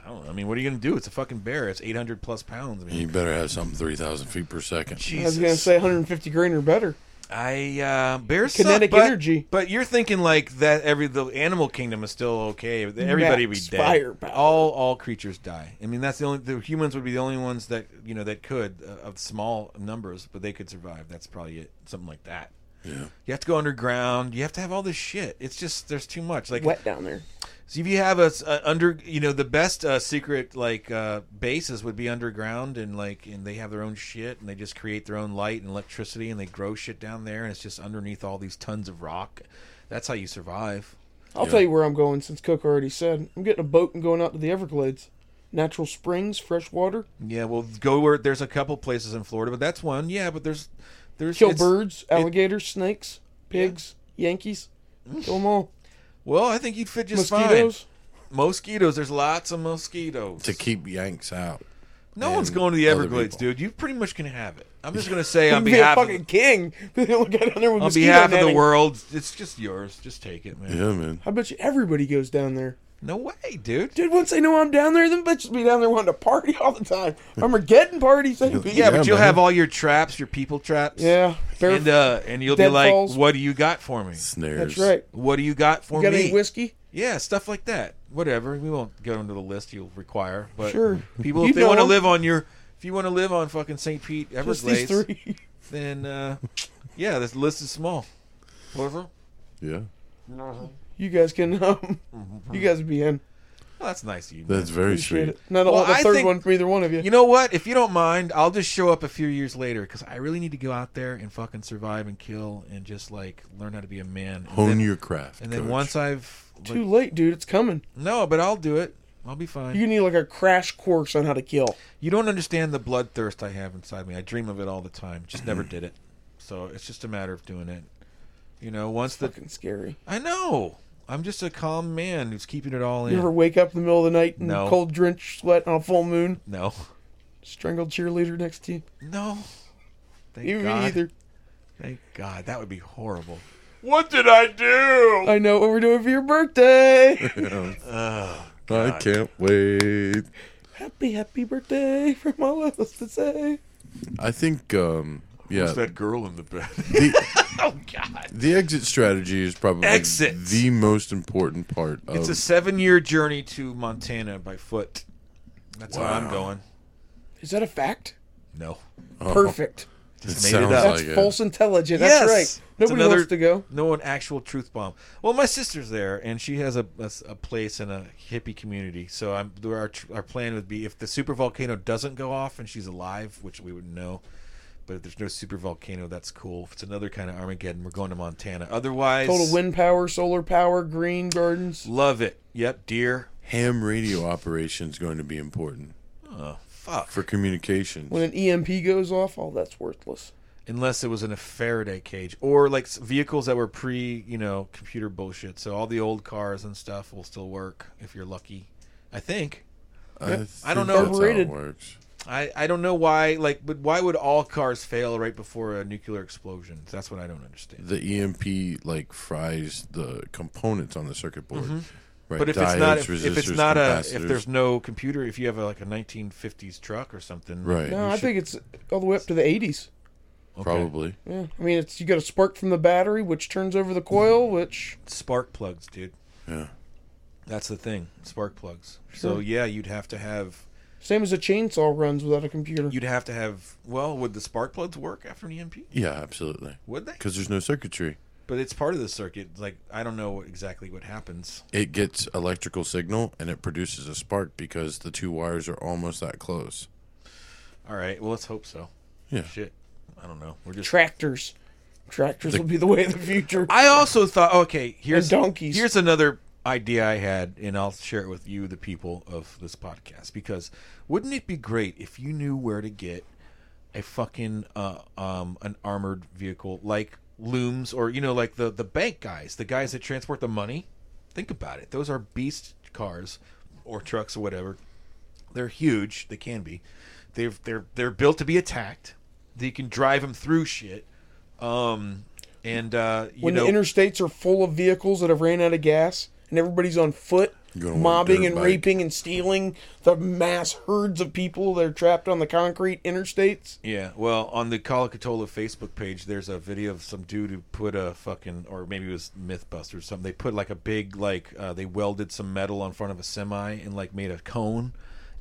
[SPEAKER 7] I don't. know. I mean, what are you gonna do? It's a fucking bear. It's eight hundred plus pounds. I mean,
[SPEAKER 2] You better have something three thousand feet per second.
[SPEAKER 7] Jesus.
[SPEAKER 3] I was gonna say 150 grain or better.
[SPEAKER 7] I uh, bears
[SPEAKER 3] Kinetic
[SPEAKER 7] suck, but,
[SPEAKER 3] energy.
[SPEAKER 7] But you're thinking like that every the animal kingdom is still okay. Everybody
[SPEAKER 3] Max
[SPEAKER 7] would be dead.
[SPEAKER 3] firepower.
[SPEAKER 7] All all creatures die. I mean that's the only the humans would be the only ones that you know that could uh, of small numbers, but they could survive. That's probably it. Something like that.
[SPEAKER 2] Yeah.
[SPEAKER 7] You have to go underground. You have to have all this shit. It's just there's too much. Like
[SPEAKER 3] Wet down there.
[SPEAKER 7] so if you have a, s- a under, you know, the best uh, secret like uh, bases would be underground, and like, and they have their own shit, and they just create their own light and electricity, and they grow shit down there, and it's just underneath all these tons of rock. That's how you survive.
[SPEAKER 3] I'll tell you where I'm going since Cook already said. I'm getting a boat and going out to the Everglades. Natural springs, fresh water,
[SPEAKER 7] Yeah, well, go where there's a couple places in Florida, but that's one. Yeah, but there's there's
[SPEAKER 3] kill
[SPEAKER 7] it's-
[SPEAKER 3] birds, alligators, snakes, pigs, Yankees. Kill them all.
[SPEAKER 7] Well, I think you'd fit just
[SPEAKER 3] Mosquitoes.
[SPEAKER 7] fine. Mosquitoes. There's lots of mosquitoes.
[SPEAKER 2] To keep Yanks out.
[SPEAKER 7] no one's
[SPEAKER 2] and
[SPEAKER 7] going to the
[SPEAKER 2] other
[SPEAKER 7] Everglades,
[SPEAKER 2] people.
[SPEAKER 7] dude. You pretty much can have it. I'm just gonna say on
[SPEAKER 3] You'd be a
[SPEAKER 7] behalf of,
[SPEAKER 3] fucking king. Look out down there with
[SPEAKER 7] on
[SPEAKER 3] mosquito
[SPEAKER 7] behalf of the
[SPEAKER 3] netting.
[SPEAKER 7] world, it's just yours. Just take it, man.
[SPEAKER 2] Yeah, man.
[SPEAKER 3] I bet you everybody goes down there.
[SPEAKER 7] No way, dude.
[SPEAKER 3] Dude, once they know I'm down there, them bitches be down there wanting to party all the time. Armageddon parties, they
[SPEAKER 7] Yeah,
[SPEAKER 3] be.
[SPEAKER 2] Yeah,
[SPEAKER 7] but you'll
[SPEAKER 2] man.
[SPEAKER 7] have all your traps, your people traps.
[SPEAKER 3] Yeah, fair-
[SPEAKER 7] And uh, and you'll be
[SPEAKER 3] Deadfalls.
[SPEAKER 7] like, what do you got for me?
[SPEAKER 2] Snares.
[SPEAKER 3] that's right.
[SPEAKER 7] What do you got for
[SPEAKER 3] You got
[SPEAKER 7] me?
[SPEAKER 3] any whiskey?
[SPEAKER 7] Yeah, stuff like that. Whatever. We won't go into the list you'll require, but
[SPEAKER 3] Sure.
[SPEAKER 7] people
[SPEAKER 3] You
[SPEAKER 7] if they
[SPEAKER 3] know
[SPEAKER 7] want to
[SPEAKER 3] 'em.
[SPEAKER 7] live on your if you want to live on fucking St. Pete
[SPEAKER 3] Just these
[SPEAKER 7] Everglades,
[SPEAKER 3] three.
[SPEAKER 7] then uh, yeah, this list is small. Whatever.
[SPEAKER 2] Yeah.
[SPEAKER 3] You guys can, um,
[SPEAKER 7] Mm-hmm.
[SPEAKER 3] you guys be in.
[SPEAKER 7] Well, Oh, that's nice of you. man.
[SPEAKER 2] That's very
[SPEAKER 3] Appreciate
[SPEAKER 2] sweet.
[SPEAKER 3] it. Not a
[SPEAKER 7] Well,
[SPEAKER 3] lot the
[SPEAKER 7] I
[SPEAKER 3] third
[SPEAKER 7] think-
[SPEAKER 3] one from either one of you.
[SPEAKER 7] You know what? If you don't mind, I'll just show up a few years later because I really need to go out there and fucking survive and kill and just like learn how to be a man. And
[SPEAKER 2] Hone
[SPEAKER 7] then,
[SPEAKER 2] your craft.
[SPEAKER 7] And then
[SPEAKER 2] coach.
[SPEAKER 7] once I've like-
[SPEAKER 3] Too late, dude. It's coming.
[SPEAKER 7] no, but I'll do it. I'll be fine.
[SPEAKER 3] You need like a crash course on how to kill.
[SPEAKER 7] You don't understand the bloodthirst I have inside me. I dream of it all the time. Just never did it. So it's just a matter of doing it. You know, once the
[SPEAKER 3] Fucking scary.
[SPEAKER 7] I know. I'm just a calm man who's keeping it all in.
[SPEAKER 3] You ever wake up in the middle of the night in
[SPEAKER 7] No.
[SPEAKER 3] cold drenched sweat on a full moon?
[SPEAKER 7] No.
[SPEAKER 3] Strangled cheerleader next to you.
[SPEAKER 7] No. Thank
[SPEAKER 3] You
[SPEAKER 7] God.
[SPEAKER 3] either.
[SPEAKER 7] Thank God. That would be horrible.
[SPEAKER 3] I know what we're doing for your birthday.
[SPEAKER 2] I can't wait.
[SPEAKER 3] happy, happy birthday from all of us to say.
[SPEAKER 2] I think, um, yeah,
[SPEAKER 7] that girl in the bed?
[SPEAKER 2] the exit strategy is probably
[SPEAKER 7] Exit.
[SPEAKER 2] the most important part of
[SPEAKER 7] It's a seven year journey to Montana by foot. That's how I'm going.
[SPEAKER 3] Is that a fact?
[SPEAKER 7] No.
[SPEAKER 3] Perfect.
[SPEAKER 2] It
[SPEAKER 7] made Oh. it
[SPEAKER 2] sounds
[SPEAKER 7] up.
[SPEAKER 2] like
[SPEAKER 3] That's
[SPEAKER 2] it.
[SPEAKER 3] false intelligent.
[SPEAKER 7] yes.
[SPEAKER 3] That's right.
[SPEAKER 7] It's
[SPEAKER 3] Nobody
[SPEAKER 7] another-
[SPEAKER 3] wants to go.
[SPEAKER 7] No one actual truth bomb. Well, my sister's there, and she has a, a s- a place in a hippie community. So I'm, there- our tr- our plan would be if the super volcano doesn't go off and she's alive, which we wouldn't know. But if there's no super volcano, that's cool. If it's another kind of Armageddon, we're going to Montana. Otherwise,
[SPEAKER 3] Total wind power, solar power, green gardens.
[SPEAKER 7] Love it. Yep, deer.
[SPEAKER 2] ham radio operation is going to be important
[SPEAKER 7] Oh, fuck.
[SPEAKER 2] for communications.
[SPEAKER 3] When an EMP goes off, all that's worthless.
[SPEAKER 7] unless it was in a Faraday cage or like s- vehicles that were pre, you know, computer bullshit. So all the old cars and stuff will still work if you're lucky. I think.
[SPEAKER 2] I,
[SPEAKER 7] I don't
[SPEAKER 2] think
[SPEAKER 7] know.
[SPEAKER 2] That's
[SPEAKER 3] Overrated.
[SPEAKER 2] how it works.
[SPEAKER 7] I, I don't know why like but why would all cars fail right before a nuclear explosion? That's what I don't understand.
[SPEAKER 2] The EMP like fries the components on the circuit board. Right,
[SPEAKER 7] Mm-hmm. But if
[SPEAKER 2] diodes,
[SPEAKER 7] it's not if, if it's
[SPEAKER 2] resistors,
[SPEAKER 7] not a if
[SPEAKER 2] capacitors.
[SPEAKER 7] there's no computer if you have a, like a 1950s truck or something.
[SPEAKER 2] right,
[SPEAKER 3] No, I think it's all the way up to the 80s.
[SPEAKER 7] okay.
[SPEAKER 2] probably
[SPEAKER 3] Yeah. I mean, it's you got a spark from the battery, which turns over the coil, which
[SPEAKER 7] spark plugs, dude.
[SPEAKER 2] Yeah.
[SPEAKER 7] That's the thing, spark plugs. So
[SPEAKER 3] Sure.
[SPEAKER 7] yeah, you'd have to have
[SPEAKER 3] same as a chainsaw runs without a computer.
[SPEAKER 7] You'd have to have. Well, would the spark plugs work after an EMP?
[SPEAKER 2] yeah, absolutely.
[SPEAKER 7] Would they?
[SPEAKER 2] Because there's no circuitry.
[SPEAKER 7] But it's part of the circuit. Like I don't know what, exactly what happens.
[SPEAKER 2] It gets electrical signal and it produces a spark because the two wires are almost that close.
[SPEAKER 7] All right. Well, let's hope so.
[SPEAKER 2] Yeah.
[SPEAKER 7] Shit. I don't know. We're just.
[SPEAKER 3] Tractors, tractors will be the way of the future.
[SPEAKER 7] I also thought. Okay. Here's
[SPEAKER 3] And donkeys.
[SPEAKER 7] Here's another idea I had, and I'll share it with you, the people of this podcast, because wouldn't it be great if you knew where to get a fucking uh, um an armored vehicle like looms or you know like the the bank guys, the guys that transport the money. Think about it. Those are beast cars or trucks or whatever. They're huge. They can be. They've they're they're built to be attacked. You can drive them through shit. Um and uh you
[SPEAKER 3] when
[SPEAKER 7] know
[SPEAKER 3] the interstates are full of vehicles that have ran out of gas and everybody's on foot
[SPEAKER 2] gonna want
[SPEAKER 3] mobbing
[SPEAKER 2] dirt
[SPEAKER 3] and
[SPEAKER 2] bike.
[SPEAKER 3] raping and stealing the mass herds of people that are trapped on the concrete interstates
[SPEAKER 7] Yeah, well, on the Colacatola Facebook page, there's a video of some dude who put a fucking, or maybe it was MythBusters or something. They put like a big, like uh, they welded some metal on front of a semi and like made a cone,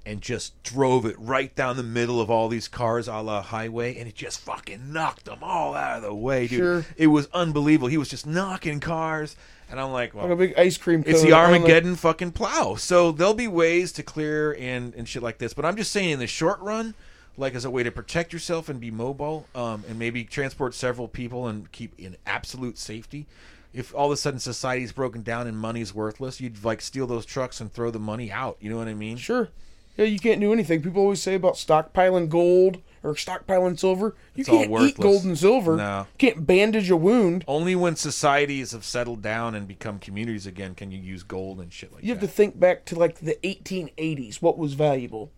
[SPEAKER 7] and just drove it right down the middle of all these cars, a la highway, and it just fucking knocked them all out of the way, dude.
[SPEAKER 3] Sure.
[SPEAKER 7] It was unbelievable. He was just knocking cars, and I'm like, well,
[SPEAKER 3] like a big ice cream cone
[SPEAKER 7] it's the
[SPEAKER 3] on
[SPEAKER 7] Armageddon fucking plow. So there'll be ways to clear and and shit like this. But I'm just saying, in the short run, like as a way to protect yourself and be mobile, um, and maybe transport several people and keep in absolute safety. If all of a sudden society's broken down and money's worthless, you'd like steal those trucks and throw the money out. You know what I mean?
[SPEAKER 3] sure yeah you can't do anything people always say about stockpiling gold or stockpiling silver you
[SPEAKER 7] all
[SPEAKER 3] can't
[SPEAKER 7] worthless.
[SPEAKER 3] eat gold and silver
[SPEAKER 7] No.
[SPEAKER 3] you can't bandage a wound
[SPEAKER 7] Only when societies have settled down and become communities again can you use gold and shit like
[SPEAKER 3] you have
[SPEAKER 7] that.
[SPEAKER 3] to think back to like the 1880s what was valuable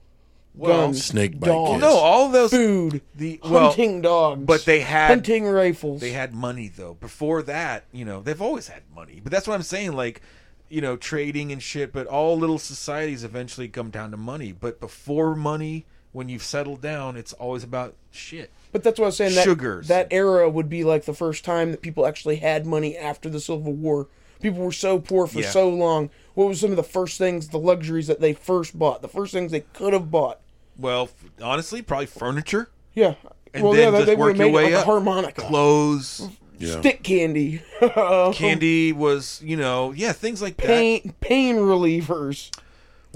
[SPEAKER 7] Well, oh,
[SPEAKER 3] guns,
[SPEAKER 2] Snake bite
[SPEAKER 3] dogs,
[SPEAKER 2] kids.
[SPEAKER 7] no, all those
[SPEAKER 3] food,
[SPEAKER 7] the well,
[SPEAKER 3] hunting dogs,
[SPEAKER 7] but they had-
[SPEAKER 3] hunting rifles.
[SPEAKER 7] they had money though. Before that, you know, they've always had money. But that's what I'm saying, like, you know, trading and shit. But all little societies eventually come down to money. But before money, when you've settled down, it's always about shit.
[SPEAKER 3] But that's what I was saying. That,
[SPEAKER 7] Sugars.
[SPEAKER 3] That era would be like the first time that people actually had money after the Civil War. People were so poor for
[SPEAKER 7] Yeah.
[SPEAKER 3] so long. What was some of the first things, the luxuries that they first bought, the first things they could have bought?
[SPEAKER 7] Well, f- honestly, probably furniture.
[SPEAKER 3] Yeah.
[SPEAKER 7] And then
[SPEAKER 3] that-
[SPEAKER 7] just work
[SPEAKER 3] would've
[SPEAKER 7] your
[SPEAKER 3] made it
[SPEAKER 7] way
[SPEAKER 3] like
[SPEAKER 7] up.
[SPEAKER 3] a harmonica,
[SPEAKER 7] Clothes,
[SPEAKER 2] Yeah.
[SPEAKER 3] stick candy, Mm-hmm.
[SPEAKER 7] candy was, you know, yeah, things like
[SPEAKER 3] pain pain relievers,
[SPEAKER 7] that.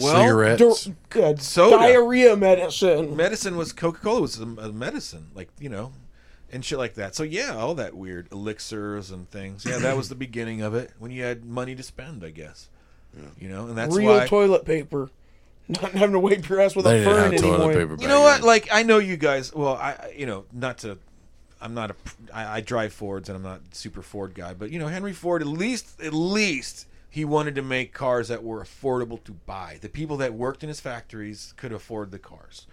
[SPEAKER 7] Well,
[SPEAKER 3] dir-
[SPEAKER 2] Cigarettes.
[SPEAKER 3] good
[SPEAKER 7] Soda.
[SPEAKER 3] diarrhea medicine.
[SPEAKER 7] medicine was Coca Cola was a, a medicine, like you know, and shit like that. So yeah, all that weird elixirs and things. Yeah, that was the beginning of it when you had money to spend, I guess. You know, and that's
[SPEAKER 3] real
[SPEAKER 7] why.
[SPEAKER 3] toilet paper. Not having to wipe your ass with
[SPEAKER 2] They
[SPEAKER 3] a
[SPEAKER 2] didn't
[SPEAKER 3] fern
[SPEAKER 2] have
[SPEAKER 3] anymore.
[SPEAKER 2] toilet paper.
[SPEAKER 7] you
[SPEAKER 2] back
[SPEAKER 7] know what?
[SPEAKER 2] then.
[SPEAKER 7] Like I know you guys. Well, I I- you know not to. I'm not a. I, I drive Fords and I'm not a super Ford guy, but you know Henry Ford at least at least he wanted to make cars that were affordable to buy. The people that worked in his factories could afford the cars.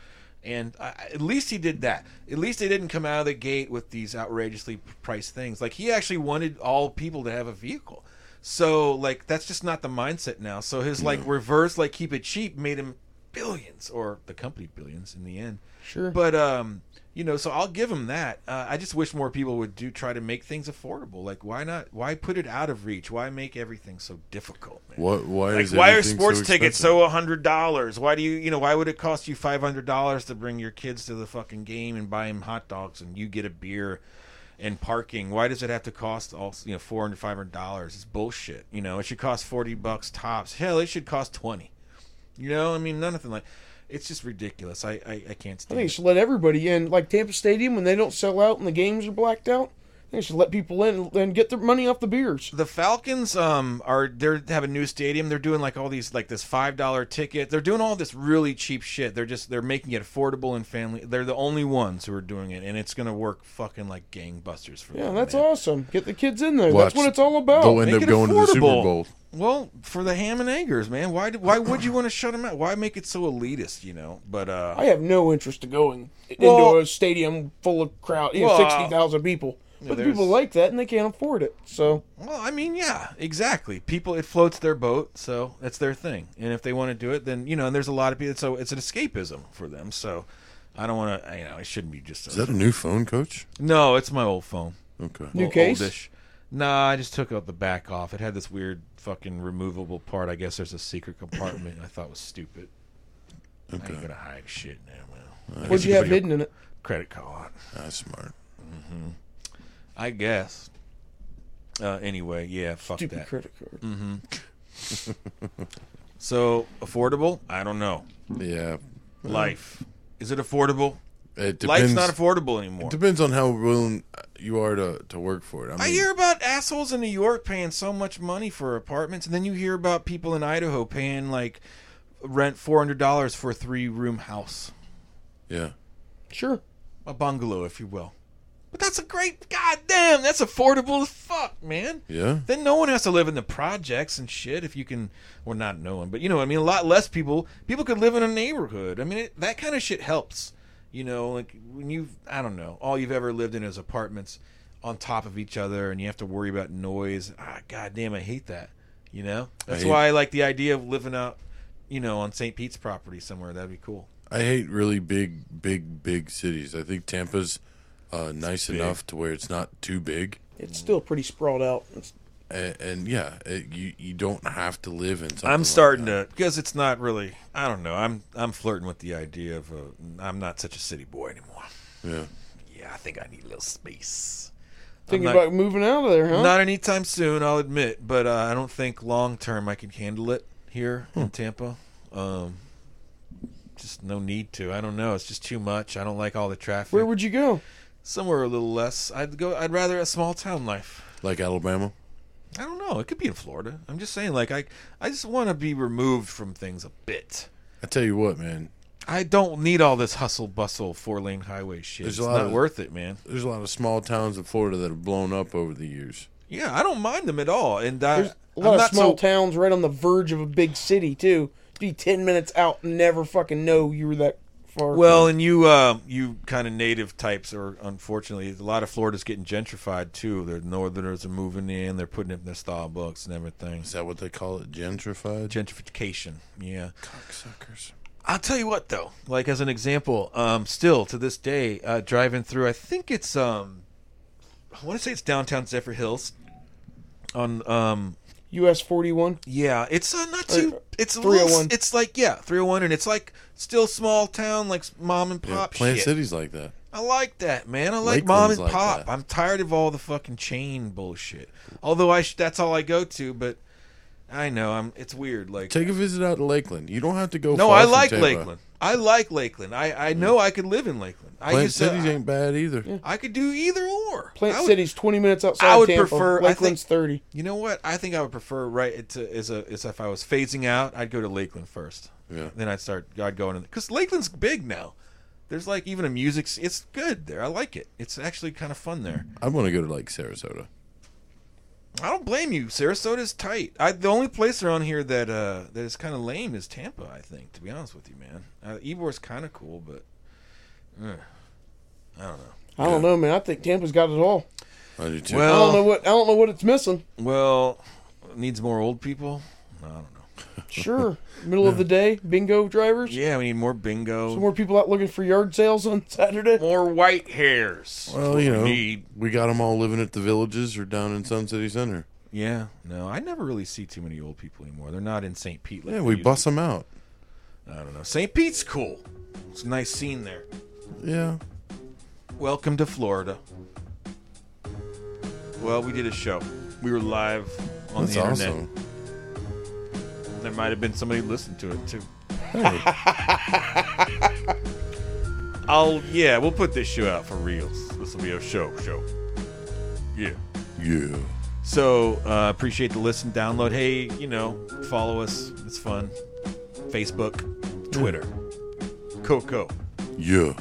[SPEAKER 7] And I, I- at least he did that. At least they didn't come out of the gate with these outrageously priced things. Like he actually wanted all people to have a vehicle. So like that's just not the mindset now. So his like reverse like keep it cheap made him billions or the company billions in the end.
[SPEAKER 3] Sure.
[SPEAKER 7] But um you know so I'll give him that. Uh, I just wish more people would do try to make things affordable. Like why not why put it out of reach? Why make everything so difficult, man?
[SPEAKER 2] What, why
[SPEAKER 7] Like
[SPEAKER 2] is
[SPEAKER 7] why are
[SPEAKER 2] everything
[SPEAKER 7] sports
[SPEAKER 2] so
[SPEAKER 7] tickets
[SPEAKER 2] expensive?
[SPEAKER 7] so hundred dollars? Why do you you know why would it cost you five hundred dollars to bring your kids to the fucking game and buy them hot dogs and you get a beer and parking? Why does it have to cost all you know four hundred five hundred dollars? It's bullshit. You know it should cost forty bucks tops. Hell, it should cost twenty. You know I mean nothing like it's just ridiculous. I I, I can't stand
[SPEAKER 3] I think you
[SPEAKER 7] it.
[SPEAKER 3] should let everybody in, like Tampa Stadium, when they don't sell out and the games are blacked out. They should let people in and get their money off the beers.
[SPEAKER 7] the Falcons um are they're they have a new stadium. They're doing like all these like this five dollar ticket. They're doing all this really cheap shit. They're just they're making it affordable and family. They're the only ones who are doing it, and it's gonna work fucking like gangbusters for
[SPEAKER 3] Yeah,
[SPEAKER 7] them.
[SPEAKER 3] that's
[SPEAKER 7] man.
[SPEAKER 3] awesome. Get the kids in there.
[SPEAKER 2] Watch.
[SPEAKER 3] That's what it's all about.
[SPEAKER 2] They'll end up
[SPEAKER 7] Make it
[SPEAKER 2] going to the Super
[SPEAKER 7] affordable.
[SPEAKER 2] Bowl.
[SPEAKER 7] Well, for the ham and eggers, man. Why do, why would you want to shut them out? Why make it so elitist? You know, but uh,
[SPEAKER 3] I have no interest in going
[SPEAKER 7] Well-
[SPEAKER 3] into a stadium full of crowd, you know,
[SPEAKER 7] Well,
[SPEAKER 3] sixty thousand people. But the
[SPEAKER 7] there's-
[SPEAKER 3] people like that and they can't afford it. So
[SPEAKER 7] Well, I mean, yeah, exactly. People, it floats their boat, so that's their thing. And if they want to do it, then you know. And there's a lot of people, so it's an escapism for them. So I don't want to. You know, it shouldn't be just.
[SPEAKER 2] Is that a new phone, Coach?
[SPEAKER 7] no, it's my old phone.
[SPEAKER 2] Okay.
[SPEAKER 3] New
[SPEAKER 7] Well,
[SPEAKER 3] case?
[SPEAKER 7] Oldish. Nah, I just took out the back off. It had this weird fucking removable part. I guess there's a secret compartment. I thought was stupid. I ain't gonna hide shit now, man. I
[SPEAKER 3] what'd
[SPEAKER 7] guess
[SPEAKER 3] you
[SPEAKER 7] could
[SPEAKER 3] have
[SPEAKER 7] put your
[SPEAKER 3] hidden in it?
[SPEAKER 7] Credit card.
[SPEAKER 2] That's smart.
[SPEAKER 7] I guess. Uh, anyway, yeah, fuck
[SPEAKER 3] Stupid
[SPEAKER 7] that.
[SPEAKER 3] credit card.
[SPEAKER 7] Hmm. So affordable? I don't know.
[SPEAKER 2] Yeah.
[SPEAKER 7] life. Is it affordable?
[SPEAKER 2] It
[SPEAKER 7] Life's
[SPEAKER 2] depends.
[SPEAKER 7] not affordable anymore.
[SPEAKER 2] Depends on how willing you are to, to work for it. I mean,
[SPEAKER 7] I hear about assholes in New York paying so much money for apartments, and then you hear about people in Idaho paying like rent four hundred dollars for a three room house,
[SPEAKER 2] yeah.
[SPEAKER 3] Sure.
[SPEAKER 7] a bungalow, if you will. But that's a great goddamn. That's affordable as fuck, man.
[SPEAKER 2] Yeah.
[SPEAKER 7] Then no one has to live in the projects and shit if you can. Well, not no one, but you know what I mean. A lot less people. People could live in a neighborhood. I mean, it, that kind of shit helps. You know, like when you, I don't know, all you've ever lived in is apartments on top of each other, and you have to worry about noise. Ah, goddamn, I hate that. You know, that's
[SPEAKER 2] hate-
[SPEAKER 7] why I like the idea of living out, you know, on St. Pete's property somewhere. That'd be cool.
[SPEAKER 2] I hate really big, big, big cities. I think Tampa's uh, nice enough to where it's not too big.
[SPEAKER 3] It's still pretty sprawled out. It's,
[SPEAKER 2] And, and yeah, it, you you don't have to live in something.
[SPEAKER 7] I'm
[SPEAKER 2] like
[SPEAKER 7] starting
[SPEAKER 2] that.
[SPEAKER 7] to because it's not really. I don't know. I'm I'm flirting with the idea of a, I'm not such a city boy anymore.
[SPEAKER 2] Yeah.
[SPEAKER 7] Yeah, I think I need a little space.
[SPEAKER 3] thinking
[SPEAKER 7] not-
[SPEAKER 3] about moving out of there, huh?
[SPEAKER 7] Not anytime soon, I'll admit, but uh, I don't think long term I can handle it here in Tampa. Um, just no need to. I don't know. It's just too much. I don't like all the traffic.
[SPEAKER 3] Where would you go?
[SPEAKER 7] Somewhere a little less. I'd go. I'd rather a small town life.
[SPEAKER 2] Like Alabama.
[SPEAKER 7] I don't know. It could be in Florida. I'm just saying. Like I, I just want to be removed from things a bit.
[SPEAKER 2] I tell you what, man.
[SPEAKER 7] I don't need all this hustle bustle four lane highway shit.
[SPEAKER 2] There's a
[SPEAKER 7] it's
[SPEAKER 2] lot
[SPEAKER 7] not
[SPEAKER 2] of-
[SPEAKER 7] worth it, man.
[SPEAKER 2] There's a lot of small towns in Florida that have blown up over the years.
[SPEAKER 7] Yeah, I don't mind them at all. And I,
[SPEAKER 3] There's a
[SPEAKER 7] I'm
[SPEAKER 3] lot of
[SPEAKER 7] not
[SPEAKER 3] small
[SPEAKER 7] so,
[SPEAKER 3] towns right on the verge of a big city too. Be ten minutes out and never fucking know you were that far.
[SPEAKER 7] Well, and you uh, you kind of native types are unfortunately a lot of Florida's getting gentrified too. Their northerners are moving in. They're putting up their Starbucks and everything.
[SPEAKER 2] Is that what they call it? Gentrified?
[SPEAKER 7] Gentrification, yeah.
[SPEAKER 2] Suckers.
[SPEAKER 7] I'll tell you what though, like as an example, um, still to this day, uh, driving through, I think it's um, I want to say it's downtown Zephyr Hills. On um,
[SPEAKER 3] US 41.
[SPEAKER 7] yeah, it's uh, not too.
[SPEAKER 3] Uh,
[SPEAKER 7] It's a
[SPEAKER 3] 301.
[SPEAKER 7] little, It's like yeah, three hundred one, and it's like still small town, like mom and
[SPEAKER 2] Yeah,
[SPEAKER 7] pop.
[SPEAKER 2] Plant
[SPEAKER 7] shit.
[SPEAKER 2] City's like that.
[SPEAKER 7] I like that, man. I like
[SPEAKER 2] Lakeland's
[SPEAKER 7] mom and
[SPEAKER 2] like
[SPEAKER 7] pop.
[SPEAKER 2] that.
[SPEAKER 7] I'm tired of all the fucking chain bullshit. Although I sh- that's all I go to, but I know I'm. It's weird. Like
[SPEAKER 2] Take a visit out to Lakeland. You don't have to go.
[SPEAKER 7] no,
[SPEAKER 2] far
[SPEAKER 7] I
[SPEAKER 2] from
[SPEAKER 7] like
[SPEAKER 2] Tampa.
[SPEAKER 7] Lakeland. I like Lakeland. I I know I could live in Lakeland. I
[SPEAKER 2] Plant
[SPEAKER 7] just uh,
[SPEAKER 2] City's ain't bad either.
[SPEAKER 7] I could do either or.
[SPEAKER 3] Plant
[SPEAKER 7] I would-
[SPEAKER 3] City's 20 minutes outside
[SPEAKER 7] I would
[SPEAKER 3] Tampa.
[SPEAKER 7] prefer- I think-
[SPEAKER 3] Lakeland's 30.
[SPEAKER 7] You know what? I think I would prefer right it to is a is if I was phasing out, I'd go to Lakeland first.
[SPEAKER 2] Yeah.
[SPEAKER 7] Then I'd start I'd go into because Lakeland's big now. There's like even a music. s- It's good there. I like it. It's actually kind of fun there.
[SPEAKER 2] I want to go to like Sarasota.
[SPEAKER 7] I don't blame you. Sarasota's tight. I, the only place around here that uh, that is kind of lame is Tampa. I think, to be honest with you, man. Uh, Ebor's kind of cool, but
[SPEAKER 3] I don't know, man. I think Tampa's got it all.
[SPEAKER 2] I do too.
[SPEAKER 3] I don't know
[SPEAKER 7] well,
[SPEAKER 3] what I don't know what it's missing.
[SPEAKER 7] well, needs more old people. I don't know.
[SPEAKER 3] Sure. Middle of the day, bingo drivers.
[SPEAKER 7] Yeah, we need more bingo,
[SPEAKER 3] Some more people out looking for yard sales on Saturday.
[SPEAKER 7] more white hairs.
[SPEAKER 2] well, you know,
[SPEAKER 7] need.
[SPEAKER 2] we got them all living at the villages or down in Sun City Center.
[SPEAKER 7] Yeah, no, I never really see too many old people anymore. They're not in St. Pete. Like
[SPEAKER 2] Yeah,
[SPEAKER 7] they
[SPEAKER 2] we
[SPEAKER 7] used
[SPEAKER 2] bust them out.
[SPEAKER 7] to. I don't know. St. Pete's cool. It's a nice scene there.
[SPEAKER 2] Yeah.
[SPEAKER 7] Welcome to Florida. Well, we did a show. We were live on
[SPEAKER 2] That's
[SPEAKER 7] the internet.
[SPEAKER 2] awesome.
[SPEAKER 7] There might have been somebody who listened to it too. I'll yeah, we'll put this show out for reals. This will be a show show. Yeah.
[SPEAKER 2] Yeah.
[SPEAKER 7] So uh, appreciate the listen, download. Hey, you know, follow us. It's fun. Facebook, Twitter, Coco.
[SPEAKER 2] Yeah.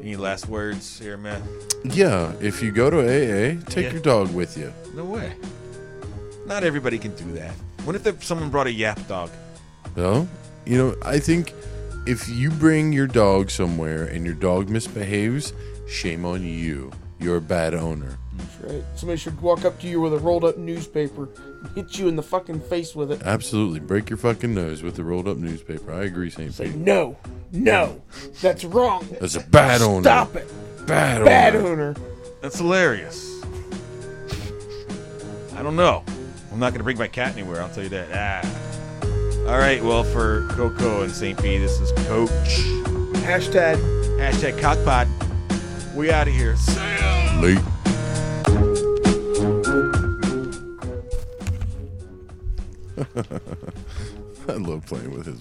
[SPEAKER 7] Any last words here, man?
[SPEAKER 2] Yeah. If you go to AA, take
[SPEAKER 7] Yeah.
[SPEAKER 2] your dog with you.
[SPEAKER 7] No way. Not everybody can do that. What if there, someone brought a yap dog?
[SPEAKER 2] No? You know, I think if you bring your dog somewhere and your dog misbehaves, shame on you. You're a bad owner.
[SPEAKER 3] Right. Somebody should walk up to you with a rolled up newspaper, hit you in the fucking face with it.
[SPEAKER 2] Absolutely. Break your fucking nose with the rolled up newspaper. I agree, St.
[SPEAKER 3] Say,
[SPEAKER 2] Pete.
[SPEAKER 3] no, no, that's wrong.
[SPEAKER 2] That's a bad owner.
[SPEAKER 3] Stop it.
[SPEAKER 2] Bad,
[SPEAKER 3] Bad
[SPEAKER 2] owner.
[SPEAKER 3] owner.
[SPEAKER 7] That's hilarious. I don't know. I'm not going to bring my cat anywhere, I'll tell you that. Ah. All right, well, for Coco and St. P, this is Coach.
[SPEAKER 3] Hashtag
[SPEAKER 7] Hashtag cockpot. We out of here.
[SPEAKER 2] Late. I love playing with his